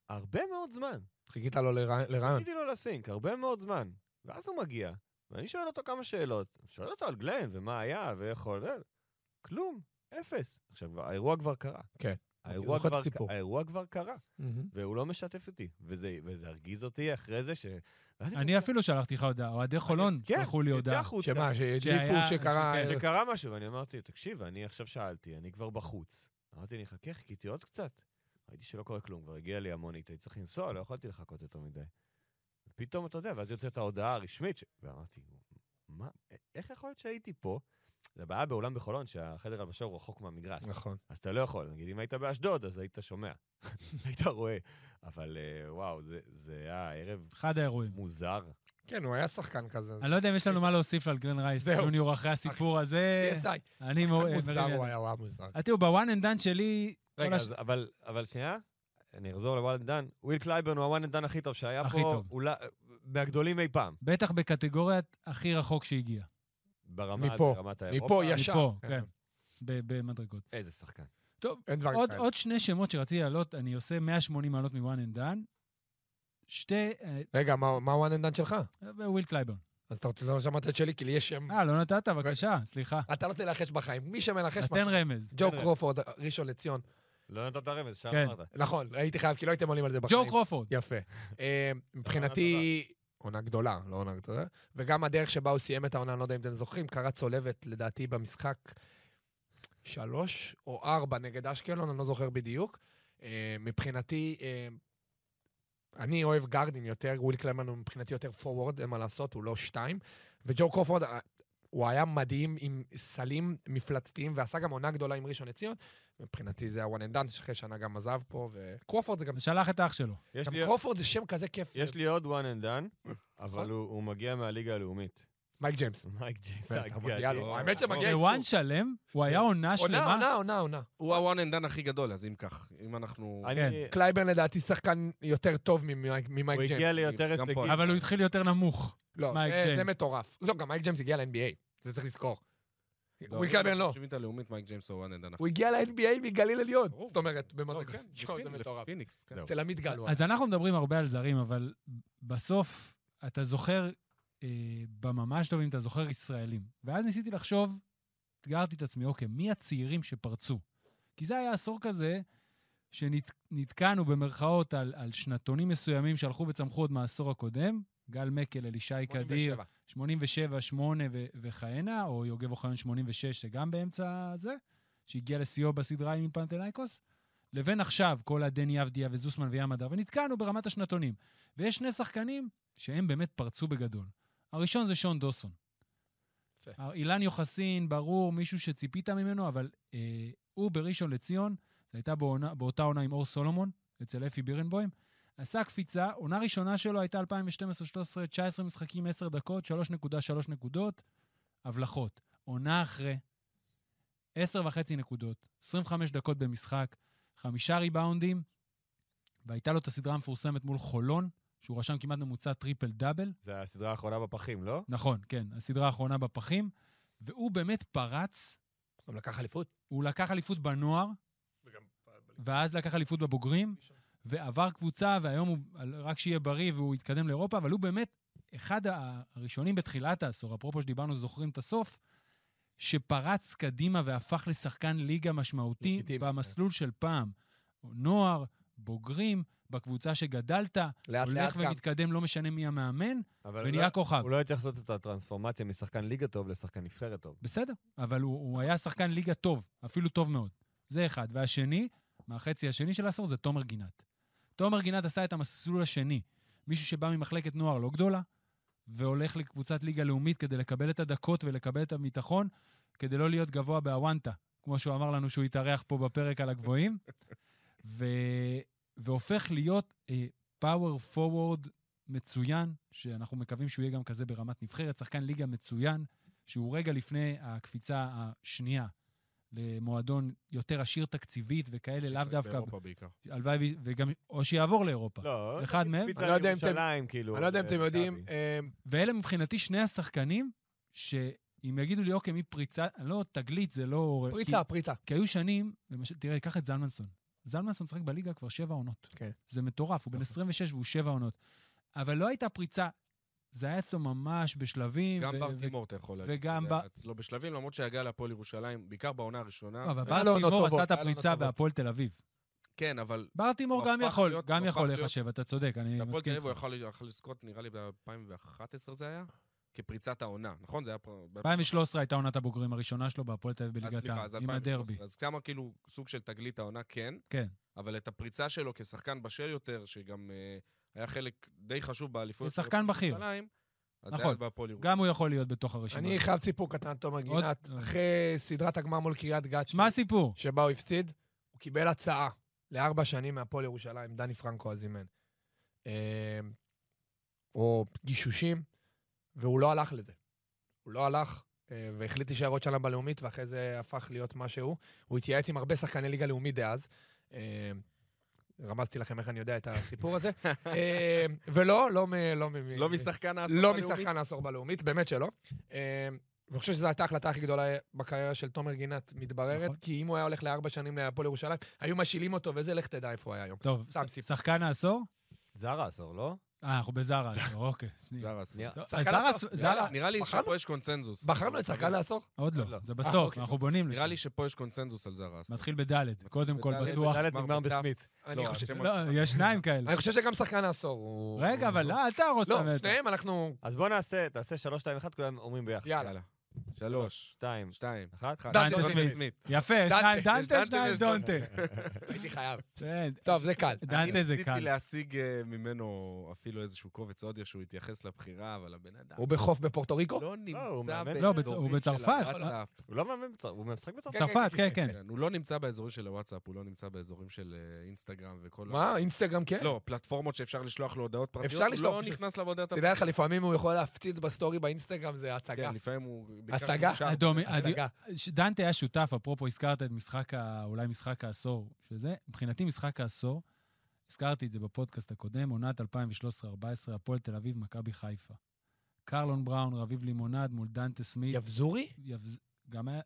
[SPEAKER 4] הרבה מאוד זמן.
[SPEAKER 5] חיכית לו לרע- לרעיון.
[SPEAKER 4] חיכיתי לו לסינק, הרבה מאוד זמן. ואז הוא מגיע, ואני שואל אותו כמה שאלות. שואל אותו על גלן, ומה היה, ואיך הוא... כלום, אפס. עכשיו, האירוע כבר קרה.
[SPEAKER 5] כן.
[SPEAKER 4] האירוע
[SPEAKER 5] זוכר את
[SPEAKER 4] כבר-
[SPEAKER 5] הסיפור.
[SPEAKER 4] האירוע כבר קרה, והוא לא משתף אותי, וזה וזה הרגיז אותי אחרי זה ש... ואז אני-
[SPEAKER 1] אני אפילו שלחתי לך הודעה, אוהדי חולון
[SPEAKER 4] כן,
[SPEAKER 1] שלחו לי
[SPEAKER 4] יצא
[SPEAKER 1] הודעה.
[SPEAKER 4] החוצה.
[SPEAKER 5] שמה, שהדליפו
[SPEAKER 1] שהיה-
[SPEAKER 5] שקרה...
[SPEAKER 1] שכן.
[SPEAKER 4] שקרה משהו, ואני אמרתי, תקשיב, אני עכשיו שאלתי, אני כבר בחוץ. אמרתי, אני אחכה, חיכיתי עוד קצת. ראיתי שלא קורה כלום, כבר הגיעה לי המונית, הייתי צריך לנסוע, לא יכולתי לחכות יותר מדי. ופתאום, אתה יודע, ואז יוצאת ההודעה הרשמית, ש... ואמרתי, מה, א- איך יכול להיות שהייתי פה? זה בעיה באולם בחולון, שהחדר הלבשה הוא רחוק מהמגרש.
[SPEAKER 5] נכון.
[SPEAKER 4] אז אתה לא יכול, נגיד, אם היית באשדוד, אז היית שומע, היית רואה. אבל אה, וואו, זה, זה היה ערב
[SPEAKER 1] אחד האירועים.
[SPEAKER 4] מוזר.
[SPEAKER 5] כן, הוא היה שחקן כזה.
[SPEAKER 1] אני לא יודע אם יש לנו מה להוסיף על גלן רייס,
[SPEAKER 5] זהו.
[SPEAKER 1] ג'וניור אחרי הסיפור הזה.
[SPEAKER 5] PSI.
[SPEAKER 1] אני מור- מרים
[SPEAKER 5] מוזר
[SPEAKER 1] ידיים.
[SPEAKER 5] הוא היה, הוא היה מוזר.
[SPEAKER 1] אה, תראו, בוואן אנד דן שלי, כל
[SPEAKER 4] רגע,
[SPEAKER 1] הש-
[SPEAKER 4] אז, אבל, אבל שנייה, אני אחזור לוואן דן. וויל קלייברן הוא הוואן דן הכי טוב שהיה
[SPEAKER 1] הכי
[SPEAKER 4] פה,
[SPEAKER 1] טוב.
[SPEAKER 4] אולי, מהגדולים אי פעם,
[SPEAKER 1] בטח בקטגוריית הכי רחוק שהגיע.
[SPEAKER 4] ברמה,
[SPEAKER 5] מפה,
[SPEAKER 4] ברמת האירופה. אה,
[SPEAKER 5] מפה ישר.
[SPEAKER 1] מפה, כן. ב- במדרגות.
[SPEAKER 4] איזה שחקן.
[SPEAKER 5] אין דברים
[SPEAKER 1] עוד,
[SPEAKER 5] כאלה.
[SPEAKER 1] עוד שני שמות שרציתי להעלות, אני עושה 180 מעלות מוואן אנד דן. שתי... אה,
[SPEAKER 5] רגע, מה- מה הוואן אנד דן שלך?
[SPEAKER 1] וויל קלייברן.
[SPEAKER 5] אז אתה רוצה לא שמעת את שלי, כי לי יש שם...
[SPEAKER 1] אה, לא נתת? בבקשה, סליחה.
[SPEAKER 5] אתה לא תלחש בחיים. מי שמלחש בחיים.
[SPEAKER 1] נתן רמז.
[SPEAKER 5] ג'ו
[SPEAKER 4] כן.
[SPEAKER 5] קרופורד, ראשון לציון.
[SPEAKER 4] לא נתת רמז, שם
[SPEAKER 1] כן.
[SPEAKER 4] אמרת.
[SPEAKER 5] נכון, הייתי חייב, כי לא הייתם עולים על זה בחיים.
[SPEAKER 1] ג'ו קרופורד.
[SPEAKER 5] יפה. אה, מבחינתי, עונה גדולה, לא עונה גדולה. וגם הדרך שבה הוא סיים את העונה, אני לא יודע אם אתם זוכרים, קרה צולבת, לדעתי, במשחק שלוש או ארבע נגד אשקלון, אני לא זוכר בדיוק. אה, מבחינתי, אה, אני אוהב גארדים יותר, וויל קלמן הוא מבחינתי יותר פורוורד, אין מה לעשות, הוא לא שתיים. וג'ו קרופורד, אה, הוא היה מדהים עם סלים מפלצתיים, ועשה גם עונה גדולה עם ראשון לציון. מבחינתי זה הוואן אנד דאנס, אחרי שנה גם עזב פה, וקרופורד זה גם
[SPEAKER 1] שלח את אח שלו.
[SPEAKER 4] יש
[SPEAKER 5] גם
[SPEAKER 4] לי-
[SPEAKER 5] קרופורד זה שם כזה כיף.
[SPEAKER 4] יש לי עוד one and done,
[SPEAKER 5] נכון.
[SPEAKER 4] אבל הוא הוא מגיע מהליגה הלאומית.
[SPEAKER 5] מייק ג'יימס.
[SPEAKER 4] מייק ג'ייס
[SPEAKER 5] אתה מגיע לו.
[SPEAKER 4] האגדי.
[SPEAKER 5] האמת שמגיע
[SPEAKER 1] זה
[SPEAKER 5] לו.
[SPEAKER 1] וואן אה, שלם? הוא היה עונה
[SPEAKER 5] כן. עונה,
[SPEAKER 1] שלמה?
[SPEAKER 5] עונה, עונה, עונה.
[SPEAKER 2] הוא הוואן אנד דן הכי גדול, אז אם כך, אם אנחנו...
[SPEAKER 4] אני-
[SPEAKER 5] קלייברן לדעתי שחקן יותר טוב ממייק ממייק
[SPEAKER 4] הוא
[SPEAKER 5] ג'יימס.
[SPEAKER 4] הגיע ליותר
[SPEAKER 2] גם פה.
[SPEAKER 4] הישגים.
[SPEAKER 1] אבל הוא התחיל יותר נמוך.
[SPEAKER 5] לא,
[SPEAKER 1] מייק
[SPEAKER 5] זה- זה
[SPEAKER 1] ג'יימס.
[SPEAKER 5] מטורף. לא, גם מייק ג'יימס הגיע ל-NBA, זה צריך לזכור.
[SPEAKER 2] לא,
[SPEAKER 5] וויל קלברן לא.
[SPEAKER 2] תחשבי את הלאומית, מייק ג'יימס הוא הוואן אנד דן.
[SPEAKER 5] הוא הגיע ל-NBA מגליל עליון.
[SPEAKER 2] ברור.
[SPEAKER 5] זאת אומרת, במדרגה.
[SPEAKER 2] כן,
[SPEAKER 5] יואו, זה מטורף.
[SPEAKER 2] לפיניקס, כן.
[SPEAKER 4] זהו.
[SPEAKER 5] אצל עמית גל הוא היה.
[SPEAKER 1] אז אנחנו מדברים הרבה על זרים, אבל בסוף, אתה זוכר, אה, בממש טוב, אם אתה זוכר, ישראלים. ואז ניסיתי לחשוב, אתגרתי את עצמי, אוקיי, מי הצעירים שפרצו? כי זה היה עשור כזה שנתקענו במרכאות על, על שנתונים מסוימים שהלכו וצמחו עוד מהעשור הקודם, גל מקל, אלישי קדיר,
[SPEAKER 5] 87.
[SPEAKER 1] 87, 8 ו- וכהנה, או יוגב אוחיון 86, שגם באמצע זה, שהגיע לשיאו בסדרה עם פנתנייקוס, לבין עכשיו, כל הדני אבדיה וזוסמן ויאמדר, ונתקענו ברמת השנתונים. ויש שני שחקנים שהם באמת פרצו בגדול. הראשון זה שון דוסון.
[SPEAKER 5] יפה.
[SPEAKER 1] ה- אילן יוחסין, ברור, מישהו שציפית ממנו, אבל אה, הוא בראשון לציון, זו הייתה בעונה, באותה עונה עם אור סולומון, אצל אפי בירנבוים, עשה קפיצה, עונה ראשונה שלו הייתה 2012-2013, 19 משחקים, 10 דקות, 3.3 נקודות, הבלחות. עונה אחרי, 10 וחצי נקודות, 25 דקות במשחק, חמישה ריבאונדים, והייתה לו את הסדרה המפורסמת מול חולון, שהוא רשם כמעט ממוצע טריפל דאבל.
[SPEAKER 4] זה הסדרה האחרונה בפחים, לא?
[SPEAKER 1] נכון, כן, הסדרה האחרונה בפחים, והוא באמת פרץ,
[SPEAKER 5] גם לקח אליפות.
[SPEAKER 1] הוא לקח אליפות בנוער, ואז לקח אליפות בבוגרים, ועבר קבוצה, והיום הוא, על- רק שיהיה בריא והוא יתקדם לאירופה, אבל הוא באמת אחד ה- הראשונים בתחילת העשור, אפרופו שדיברנו, זוכרים את הסוף, שפרץ קדימה והפך לשחקן ליגה משמעותי
[SPEAKER 5] לגיטימי, כן.
[SPEAKER 1] במסלול של פעם. נוער, בוגרים, בקבוצה שגדלת,
[SPEAKER 5] לאט לאט
[SPEAKER 1] הולך
[SPEAKER 5] גם.
[SPEAKER 1] ומתקדם, לא משנה מי המאמן,
[SPEAKER 4] אבל הוא
[SPEAKER 1] ונהיה
[SPEAKER 4] לא-
[SPEAKER 1] כוכב.
[SPEAKER 4] הוא לא הצליח לעשות את הטרנספורמציה משחקן ליגה טוב לשחקן נבחרת טוב.
[SPEAKER 1] בסדר, אבל הוא, הוא היה שחקן ליגה טוב, אפילו טוב מאוד. זה אחד. והשני, מהחצי השני של העשור, זה תומר גינת. תומר גינת עשה את המסלול השני. מישהו שבא ממחלקת נוער לא גדולה, והולך לקבוצת ליגה לאומית כדי לקבל את הדקות ולקבל את הביטחון, כדי לא להיות גבוה בהוואנטה, כמו שהוא אמר לנו שהוא התארח פה בפרק על הגבוהים, ו... והופך להיות פאוור פורוורד מצוין, שאנחנו מקווים שהוא יהיה גם כזה ברמת נבחרת, שחקן ליגה מצוין, שהוא רגע לפני הקפיצה השנייה למועדון יותר עשיר תקציבית וכאלה, לאו דווקא...
[SPEAKER 2] באירופה בעיקר.
[SPEAKER 1] הלוואי ו- וגם... או שיעבור לאירופה.
[SPEAKER 4] לא,
[SPEAKER 1] אחד מהם?
[SPEAKER 4] פיצה
[SPEAKER 5] אני לא יודע אם אתם-
[SPEAKER 4] לירושלים, כאילו.
[SPEAKER 5] אני לא יודע אם אתם
[SPEAKER 4] אה,
[SPEAKER 5] יודעים,
[SPEAKER 4] מכבי.
[SPEAKER 5] אה,
[SPEAKER 1] ואלה מבחינתי שני השחקנים, שאם יגידו לי, אוקיי, מי פריצה, לא, תגלית זה לא...
[SPEAKER 5] פריצה, פריצה.
[SPEAKER 1] כי היו שנים, למשל, תראה, קח את זלמנסון. זלמנסון משחק בליגה כבר שבע עונות.
[SPEAKER 5] כן.
[SPEAKER 1] זה מטורף, הוא בן
[SPEAKER 5] נכון.
[SPEAKER 1] 26 והוא שבע עונות. אבל לא הייתה פריצה זה היה אצלו ממש בשלבים.
[SPEAKER 2] גם
[SPEAKER 1] ו-
[SPEAKER 2] בר
[SPEAKER 1] ו-
[SPEAKER 2] תימור, אתה יכול להגיד.
[SPEAKER 1] וגם
[SPEAKER 2] זה
[SPEAKER 1] ב-
[SPEAKER 2] היה אצלו בשלבים, למרות שהגע להפועל ירושלים, בעיקר בעונה הראשונה.
[SPEAKER 1] לא, אבל
[SPEAKER 5] היה
[SPEAKER 1] בר
[SPEAKER 5] לו עונות
[SPEAKER 1] תימור עשה
[SPEAKER 5] טובות,
[SPEAKER 1] את
[SPEAKER 5] היה לו עונות
[SPEAKER 1] הפריצה
[SPEAKER 5] טובות.
[SPEAKER 1] בהפועל תל אביב.
[SPEAKER 2] כן, אבל
[SPEAKER 1] בר תימור
[SPEAKER 2] הוא
[SPEAKER 1] גם
[SPEAKER 2] הפך
[SPEAKER 1] יכול,
[SPEAKER 2] להיות-
[SPEAKER 1] גם
[SPEAKER 2] הוא
[SPEAKER 1] יכול
[SPEAKER 2] הפך להיות-
[SPEAKER 1] להיחשב, אתה צודק, אני
[SPEAKER 2] הפועל תל
[SPEAKER 1] מסכים
[SPEAKER 2] אביב הוא
[SPEAKER 1] איתך.
[SPEAKER 2] יכל יכל לזכות, נראה לי ב-2011 זה היה, כפריצת העונה, נכון? זה היה פה... ב-
[SPEAKER 1] 2013 הייתה עונת הבוגרים הראשונה שלו בהפועל תל אביב
[SPEAKER 2] אה,
[SPEAKER 1] בליגת
[SPEAKER 2] סליחה,
[SPEAKER 1] העם,
[SPEAKER 2] אז
[SPEAKER 1] עם
[SPEAKER 2] 2013.
[SPEAKER 1] הדרבי.
[SPEAKER 2] אז כמה כאילו סוג של תגלית העונה, כן.
[SPEAKER 1] כן.
[SPEAKER 2] אבל את הפריצה שלו כשחקן בשל יותר, שגם אה, היה חלק די חשוב באליפות...
[SPEAKER 1] כשחקן בכיר.
[SPEAKER 2] אז זה
[SPEAKER 1] נכון.
[SPEAKER 2] היה בהפועל ירושלים.
[SPEAKER 1] גם הוא יכול להיות בתוך הרשימה.
[SPEAKER 5] אני חייב סיפור קטן, תומר
[SPEAKER 1] עוד-
[SPEAKER 5] גינת. אחרי סדרת הגמר מול קריית גת,
[SPEAKER 1] מה הסיפור?
[SPEAKER 5] שבה הוא הפסיד, הוא קיבל הצעה לארבע שנים מהפועל ירושלים, דני פרנקו אז אימן. אה, או גישושים, והוא לא הלך לזה. הוא לא הלך, אה, והחליט להישאר עוד שנה בלאומית, ואחרי זה הפך להיות מה שהוא. הוא התייעץ עם הרבה שחקני ליגה לאומית דאז. אה, רמזתי לכם איך אני יודע את הסיפור הזה. אה, ולא, לא מ... לא, מ-
[SPEAKER 2] לא משחקן העשור
[SPEAKER 5] לא
[SPEAKER 2] הלאומי.
[SPEAKER 5] משחקן העשור בלאומית, באמת שלא. אה, ואני חושב שזו הייתה ההחלטה הכי גדולה בקריירה של תומר גינת, מתבררת,
[SPEAKER 1] נכון.
[SPEAKER 5] כי אם הוא היה הולך לארבע שנים להפועל ירושלים, היו משילים אותו, וזה לך תדע איפה הוא היה היום.
[SPEAKER 1] טוב,
[SPEAKER 5] סתם
[SPEAKER 1] ש-
[SPEAKER 5] סיפור.
[SPEAKER 1] שחקן העשור?
[SPEAKER 4] זרה עשור, לא?
[SPEAKER 1] אה, אנחנו בזארה, העשור, אוקיי, שנייה.
[SPEAKER 2] זר עשו.
[SPEAKER 4] נראה-
[SPEAKER 1] טוב, אז
[SPEAKER 5] שחקן
[SPEAKER 1] זארה-
[SPEAKER 5] העשור,
[SPEAKER 1] זארה,
[SPEAKER 5] יאללה.
[SPEAKER 2] נראה לי
[SPEAKER 5] בחרנו-
[SPEAKER 2] שפה יש קונצנזוס.
[SPEAKER 5] בחרנו את שחקן העשור?
[SPEAKER 1] עוד
[SPEAKER 4] עוד
[SPEAKER 1] לא,
[SPEAKER 4] לא.
[SPEAKER 1] זה
[SPEAKER 5] אה,
[SPEAKER 1] בסוף,
[SPEAKER 5] אוקיי.
[SPEAKER 1] אנחנו בונים לשם.
[SPEAKER 2] נראה לי שפה יש קונצנזוס על זר עשו.
[SPEAKER 1] מתחיל בדלת, קודם כל
[SPEAKER 2] בדלת,
[SPEAKER 1] בטוח.
[SPEAKER 4] דלת נגמר
[SPEAKER 2] מר
[SPEAKER 4] בסמית.
[SPEAKER 5] אני חושב-
[SPEAKER 1] לא, יש שניים כאלה.
[SPEAKER 5] אני חושב שגם שחקן העשור הוא...
[SPEAKER 1] רגע,
[SPEAKER 5] הוא-
[SPEAKER 1] אבל לא, אל תהרוס את
[SPEAKER 5] אה, לא,
[SPEAKER 1] המטר.
[SPEAKER 5] שניהם אנחנו...
[SPEAKER 4] אז בוא נעשה, תעשה 3, 2, 1, כולם אומרים ביחד.
[SPEAKER 5] יאללה.
[SPEAKER 2] יאללה. שלוש,
[SPEAKER 4] 2,
[SPEAKER 2] שתיים,
[SPEAKER 4] 1.
[SPEAKER 2] אחד.
[SPEAKER 1] דנטה
[SPEAKER 2] דנטה
[SPEAKER 1] סמית.
[SPEAKER 2] סמית.
[SPEAKER 1] יפה,
[SPEAKER 5] דנטה.
[SPEAKER 1] שניים דנטה,
[SPEAKER 2] דנטה
[SPEAKER 1] שניים
[SPEAKER 2] ויש
[SPEAKER 1] דונטה.
[SPEAKER 5] הייתי חייב.
[SPEAKER 1] כן,
[SPEAKER 5] טוב, זה קל.
[SPEAKER 1] דנטה זה
[SPEAKER 2] ניסיתי
[SPEAKER 1] קל.
[SPEAKER 2] להשיג אה, ממנו אפילו איזשהו קובץ אודיו שהוא התייחס לבחירה, אבל הבן אדם
[SPEAKER 5] הוא בחוף בפורטו ריקו?
[SPEAKER 2] לא
[SPEAKER 4] הוא
[SPEAKER 2] נמצא
[SPEAKER 4] מאמן. לא,
[SPEAKER 2] באזורים
[SPEAKER 1] בצ- הוא
[SPEAKER 2] של
[SPEAKER 1] בצרפת.
[SPEAKER 2] הוואטסאפ.
[SPEAKER 4] הוא לא מאמן בצרפת, הוא משחק בצרפת.
[SPEAKER 5] כן,
[SPEAKER 1] צרפת, כן, כן.
[SPEAKER 2] כן, הוא לא נמצא באזורים של הוואטסאפ, הוא לא נמצא באזורים של אה, אינסטגרם וכל...
[SPEAKER 5] מה, אינסטגרם כן?
[SPEAKER 2] לא, פלטפורמות שאפשר לשלוח לו הודעות פרטיות.
[SPEAKER 5] אפשר לשלוח,
[SPEAKER 2] הוא לא
[SPEAKER 5] פשוט.
[SPEAKER 2] נכנס לעבודת...
[SPEAKER 5] תדע לך, לפעמים הוא יכול להפציץ בסטורי באינסטגרם, זה הצגה.
[SPEAKER 2] כן, לפעמים הוא... בעיקר
[SPEAKER 5] הצגה.
[SPEAKER 2] הוא שר.
[SPEAKER 1] אדום, אד-
[SPEAKER 5] הצגה.
[SPEAKER 1] ש- דנטה היה שותף, אפרופו הזכרת את משחק, ה... אולי משחק העשור, שזה, מבחינתי משחק העשור, הזכרתי את זה בפודקאסט הקודם, עונת 2013-2014, הפועל תל אביב, מכבי חיפה. קרלון בראון, רביב לימונד מול דנטה סמית.
[SPEAKER 5] יבזורי?
[SPEAKER 1] יבז... גם היה...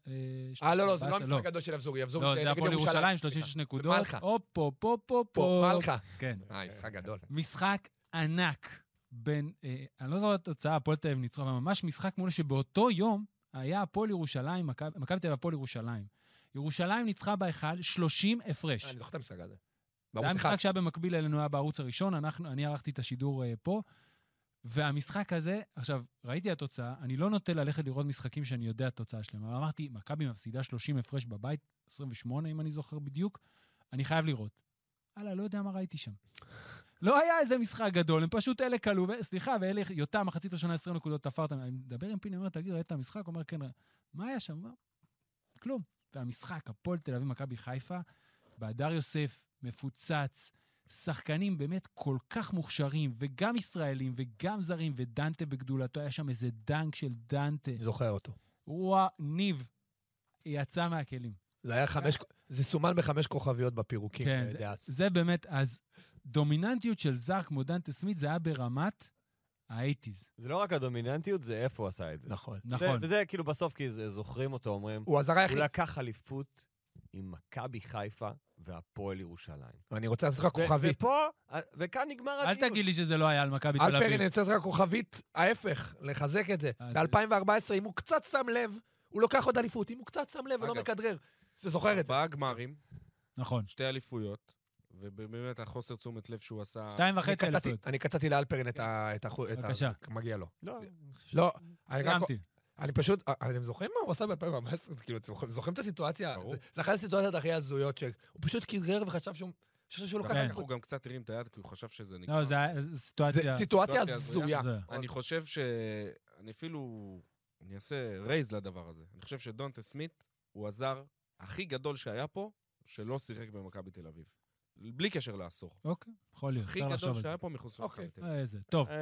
[SPEAKER 5] אה, לא, לא, זה לא המשחק הגדול של יבזורי, יבזורי
[SPEAKER 1] לא, זה
[SPEAKER 5] נגד
[SPEAKER 1] הפועל ירושלים, 36 נקודות.
[SPEAKER 5] במלחה.
[SPEAKER 1] הופ, הופ, הופ, הופ,
[SPEAKER 5] פה,
[SPEAKER 1] הופ.
[SPEAKER 5] מלכה.
[SPEAKER 1] כן.
[SPEAKER 5] אה, משחק גדול.
[SPEAKER 1] משחק ענק בין, אה, אני לא זוכר את התוצאה, הפועל תל אביב ניצחו, אבל ממש משחק מול שבאותו יום היה הפועל ירושלים, מכבי מכבי תל אביב הפועל ירושלים. ירושלים ניצחה בהיכל 30 הפרש.
[SPEAKER 5] אה, אני זוכר את המשחק הזה.
[SPEAKER 1] זה היה
[SPEAKER 5] בערוץ אחד.
[SPEAKER 1] משחק שהיה במקביל אלינו, היה בערוץ הראשון, אנחנו, אני ערכתי את השידור אה, פה, והמשחק הזה, עכשיו, ראיתי התוצאה, אני לא נוטה ללכת לראות משחקים שאני יודע את התוצאה שלהם, אבל אמרתי, מכבי מפסידה 30 הפרש בבית, 28 אם אני זוכר בדיוק, אני חייב לראות. וואלה, לא יודע מה ראיתי שם. לא היה איזה משחק גדול, הם פשוט אלה כלו, ו- סליחה, ואלה, יותם, מחצית ראשונה 20 נקודות, תפרת. אני מדבר עם פיני, אומר, תגיד, ראית את המשחק? הוא אומר, כן, רא-". מה היה שם? הוא אומר, כלום. והמשחק, הפועל תל אביב, מכבי חיפה, בהדר יוסף, מפוצץ, שחקנים באמת כל כך מוכשרים, וגם ישראלים וגם זרים, ודנטה בגדולתו, היה שם איזה דנק של דנטה.
[SPEAKER 5] אני זוכר אותו.
[SPEAKER 1] וואה, ניב יצא מהכלים.
[SPEAKER 5] זה היה חמש... זה סומן בחמש כוכביות בפירוקים.
[SPEAKER 1] כן,
[SPEAKER 5] אה, דעת.
[SPEAKER 1] זה באמת, אז דומיננטיות של זר כמו דנטה סמית, זה היה ברמת האייטיז.
[SPEAKER 4] זה לא רק הדומיננטיות, זה איפה הוא עשה את זה.
[SPEAKER 5] נכון.
[SPEAKER 1] נכון.
[SPEAKER 4] זה- וזה כאילו בסוף, כי זה- זוכרים אותו, אומרים,
[SPEAKER 5] הוא הזר היחיד.
[SPEAKER 4] הוא לקח אליפות עם מכבי חיפה והפועל ירושלים.
[SPEAKER 5] אני רוצה לעשות לך
[SPEAKER 4] ו-
[SPEAKER 5] כוכבית.
[SPEAKER 4] ופה, א- וכאן נגמר
[SPEAKER 1] אל
[SPEAKER 4] הדיון.
[SPEAKER 1] תגיד לי שזה לא היה על מכבי תל
[SPEAKER 5] אלפרי, אני
[SPEAKER 1] אביב.
[SPEAKER 5] רוצה לעשות לך כוכבית, ההפך, לחזק את זה.
[SPEAKER 1] אה, זה-
[SPEAKER 5] ב-2014, אם הוא קצת שם לב, הוא לוקח עוד אליפות. אם הוא קצת שם לב ולא
[SPEAKER 2] אגב.
[SPEAKER 5] מכדרר. זה זוכר את זה.
[SPEAKER 2] ארבעה גמרים,
[SPEAKER 1] נכון.
[SPEAKER 2] שתי אליפויות, ובאמת החוסר תשומת לב שהוא עשה...
[SPEAKER 1] שתיים
[SPEAKER 5] אני
[SPEAKER 1] וחצי
[SPEAKER 5] קטעתי-
[SPEAKER 1] אליפות.
[SPEAKER 5] אני קטעתי לאלפרין את ה... את החו- את ה-
[SPEAKER 1] בבקשה.
[SPEAKER 5] מגיע לו.
[SPEAKER 4] לא,
[SPEAKER 5] לא, אני רק...
[SPEAKER 1] סיימתי.
[SPEAKER 5] אני פשוט, אה, אתם זוכרים מה הוא עשה ב-2014? כאילו, אתם זוכרים- זוכרים את הסיטואציה?
[SPEAKER 2] ברור.
[SPEAKER 5] זה- זה אחת הסיטואציות הכי הזויות, שהוא פשוט קירר וחשב שהוא חשב שהוא לא לוקח...
[SPEAKER 1] כן.
[SPEAKER 5] אליפות.
[SPEAKER 2] הוא גם קצת הרים את היד כי הוא חשב שזה נגמר.
[SPEAKER 1] לא, זה היה זו
[SPEAKER 5] זה
[SPEAKER 1] סיטואציה...
[SPEAKER 5] סיטואציה
[SPEAKER 2] סיטואציה הזויה.
[SPEAKER 5] הזויה.
[SPEAKER 1] זה-
[SPEAKER 2] אני חושב ש... אני אפילו... אני אעשה רייז לדבר הזה. אני חושב שדונטה סמית הוא הזר הכי גדול שהיה פה, שלא שיחק במכבי תל אביב. בלי קשר לעשור.
[SPEAKER 1] אוקיי, יכול להיות.
[SPEAKER 2] הכי
[SPEAKER 1] אפשר לחשוב
[SPEAKER 2] גדול
[SPEAKER 1] על זה.
[SPEAKER 2] שהיה פה מחוץ
[SPEAKER 5] אוקיי.
[SPEAKER 2] למכבי תל אביב.
[SPEAKER 1] אה, איזה. טוב,
[SPEAKER 4] אה,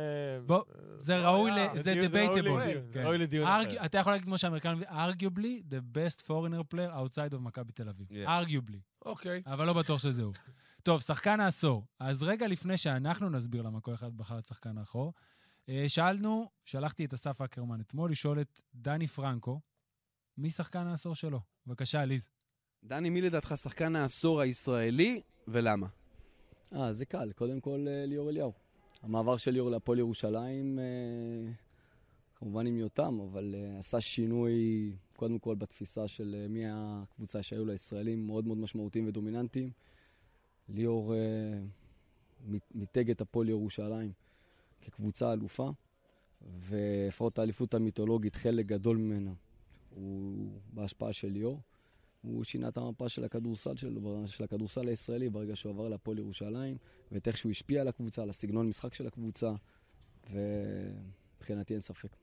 [SPEAKER 1] בוא,
[SPEAKER 4] אה,
[SPEAKER 1] זה
[SPEAKER 4] לא
[SPEAKER 1] ראוי
[SPEAKER 4] היה,
[SPEAKER 1] ל- זה
[SPEAKER 4] דיון- ראוי
[SPEAKER 1] debatable.
[SPEAKER 4] לדיון,
[SPEAKER 1] כן.
[SPEAKER 4] ראוי לדיון
[SPEAKER 1] Argu-
[SPEAKER 4] אחר.
[SPEAKER 1] אתה יכול להגיד כמו שהאמריקאים, arguably the best foreigner player outside of מכבי תל אביב.
[SPEAKER 2] Yeah.
[SPEAKER 1] arguably.
[SPEAKER 5] אוקיי.
[SPEAKER 1] אבל לא בטוח שזה הוא. טוב, שחקן העשור. אז רגע לפני שאנחנו נסביר למה כל אחד בחר את שחקן האחור, אה, שאלנו, שלחתי את אסף אקרמן אתמול לשאול את דני פרנקו, מי שחקן העשור שלו? בבקשה, ליז.
[SPEAKER 7] דני, מי לדעתך שחקן העשור הישראלי ולמה?
[SPEAKER 6] אה, זה קל. קודם כל אה, ליאור אליהו.
[SPEAKER 7] המעבר של ליאור להפועל ירושלים, אה, כמובן עם יותם, אבל אה, עשה שינוי קודם כל בתפיסה של אה, מי הקבוצה שהיו לה ישראלים מאוד מאוד משמעותיים ודומיננטיים. ליאור אה, מ- מיתג את הפועל ירושלים כקבוצה אלופה, ולפחות האליפות המיתולוגית, חלק גדול ממנה הוא בהשפעה של ליאור. הוא שינה את המפה של הכדורסל שלו, של הכדורסל הישראלי, ברגע שהוא עבר להפועל ירושלים. ואת איך שהוא השפיע על הקבוצה, על הסגנון משחק של הקבוצה, ומבחינתי אין ספק.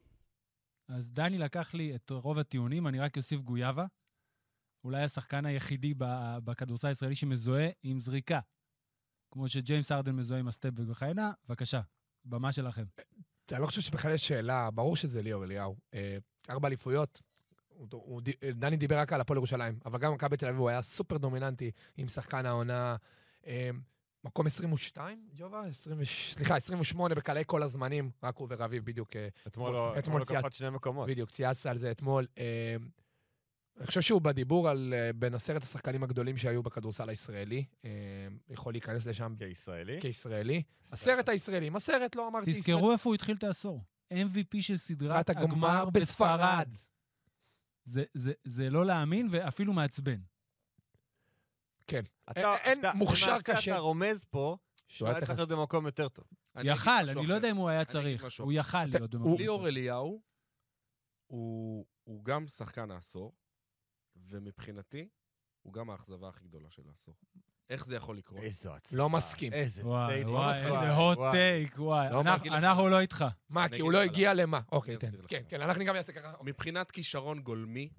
[SPEAKER 1] אז דני לקח לי את רוב הטיעונים, אני רק אוסיף גויאבה. אולי השחקן היחידי ב- בכדורסל הישראלי שמזוהה עם זריקה. כמו שג'יימס ארדן מזוהה עם הסטפ וכהנה, בבקשה, במה שלכם.
[SPEAKER 5] אני לא חושב שבכלל יש שאלה, ברור שזה ליאור אליהו. אה, ארבע אליפויות, הוא- הוא- אה, דני דיבר רק על הפועל ירושלים, אבל גם מכבי תל אביב הוא היה סופר דומיננטי עם שחקן העונה. אה, מקום 22, ג'ובה? 20, סליחה, 28 בקלי כל הזמנים, רק הוא ורביב בדיוק אה,
[SPEAKER 4] אתמול לא-
[SPEAKER 5] אתמול
[SPEAKER 4] אתמול
[SPEAKER 5] ציינת.
[SPEAKER 4] לקחת שני
[SPEAKER 2] נכון.
[SPEAKER 4] מקומות.
[SPEAKER 5] בדיוק, צייצת על זה אתמול. אה, אני חושב שהוא בדיבור על אה, בין עשרת השחקנים הגדולים שהיו בכדורסל הישראלי. אה, יכול להיכנס לשם
[SPEAKER 2] כן.
[SPEAKER 4] כישראלי.
[SPEAKER 5] כישראלי. עשרת הישראלים, עשרת, לא אמרתי ישראל.
[SPEAKER 1] תזכרו איפה הוא התחיל את העשור. MVP של סדרת
[SPEAKER 5] לקראת הגמר בספרד.
[SPEAKER 1] זה- זה- זה לא להאמין ואפילו מעצבן.
[SPEAKER 4] אתה-
[SPEAKER 5] אין-
[SPEAKER 4] אתה-
[SPEAKER 5] מוכשר
[SPEAKER 4] למעשה
[SPEAKER 5] קשה.
[SPEAKER 4] אתה רומז פה שהוא היה
[SPEAKER 5] צריך
[SPEAKER 4] צריך להיות במקום יותר טוב.
[SPEAKER 2] אני אגיד
[SPEAKER 1] יכל,
[SPEAKER 2] משהו
[SPEAKER 1] אני לא
[SPEAKER 2] אחר.
[SPEAKER 1] יודע אם הוא היה
[SPEAKER 2] אגיד
[SPEAKER 1] צריך.
[SPEAKER 2] משהו
[SPEAKER 1] הוא יכל להיות במקום.
[SPEAKER 5] הוא-
[SPEAKER 1] אחר.
[SPEAKER 2] ליאור אליהו הוא, הוא גם שחקן העשור, ומבחינתי, הוא גם האכזבה הכי גדולה של העשור. איך זה יכול לקרות?
[SPEAKER 4] איזו הצלחה.
[SPEAKER 5] לא מסכים.
[SPEAKER 4] איזה לא
[SPEAKER 1] וואי,
[SPEAKER 4] סטייט.
[SPEAKER 1] וואי,
[SPEAKER 5] מסכים.
[SPEAKER 1] איזה הוט
[SPEAKER 4] וואי.
[SPEAKER 1] טייק, וואי.
[SPEAKER 5] לא
[SPEAKER 1] אנחנו-
[SPEAKER 5] מסכים.
[SPEAKER 1] אנחנו לא איתך.
[SPEAKER 5] מה,
[SPEAKER 2] אני
[SPEAKER 5] כי
[SPEAKER 2] אגיד
[SPEAKER 5] הוא לא
[SPEAKER 2] לך
[SPEAKER 5] הגיע למה? אוקיי,
[SPEAKER 2] אסביר
[SPEAKER 5] תן.
[SPEAKER 2] לך.
[SPEAKER 5] כן, כן, אנחנו גם נעשה ככה. אוקיי.
[SPEAKER 2] מבחינת כישרון גולמי,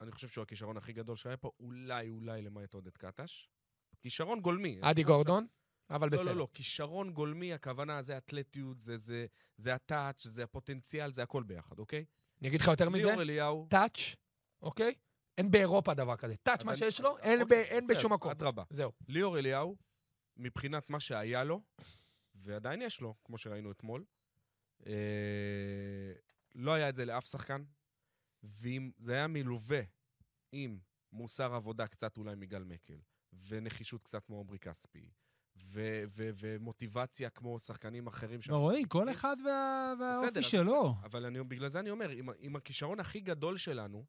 [SPEAKER 2] אני חושב שהוא הכישרון הכי גדול שהיה פה, אולי, אולי למעט עודד קטש. כישרון גולמי. אה?
[SPEAKER 5] אדי גורדון, אבל
[SPEAKER 2] לא,
[SPEAKER 5] בסדר.
[SPEAKER 2] לא, לא, כישרון גולמי, הכוונה זה אתלטיות, זה, זה, זה הטאץ', זה הפוטנציאל, זה הכל ביחד, אוקיי?
[SPEAKER 5] אני אגיד לך יותר מזה,
[SPEAKER 2] ליאור אליהו...
[SPEAKER 5] טאץ', אוקיי? אין באירופה דבר כזה. טאץ',
[SPEAKER 2] אז
[SPEAKER 5] מה
[SPEAKER 2] אני-
[SPEAKER 5] שיש לו, אין
[SPEAKER 2] אוקיי,
[SPEAKER 5] ב- אין
[SPEAKER 2] יפה,
[SPEAKER 5] בשום
[SPEAKER 2] אז
[SPEAKER 5] מקום.
[SPEAKER 2] אדרבה.
[SPEAKER 5] זהו.
[SPEAKER 2] ליאור אליהו, מבחינת מה שהיה לו, ועדיין יש לו, כמו שראינו אתמול, אה, לא היה את זה לאף שחקן, ואם זה היה מלווה עם מוסר עבודה קצת אולי מגל מקל, ונחישות קצת כמו עמרי כספי, ו- ו- ומוטיבציה כמו שחקנים אחרים אה, שם.
[SPEAKER 1] לא, רועי, כל אחד וה-
[SPEAKER 2] בסדר,
[SPEAKER 1] והאופי
[SPEAKER 2] אז-
[SPEAKER 1] שלו.
[SPEAKER 2] אבל אני, בגלל זה אני אומר, אם, אם הכישרון הכי גדול שלנו,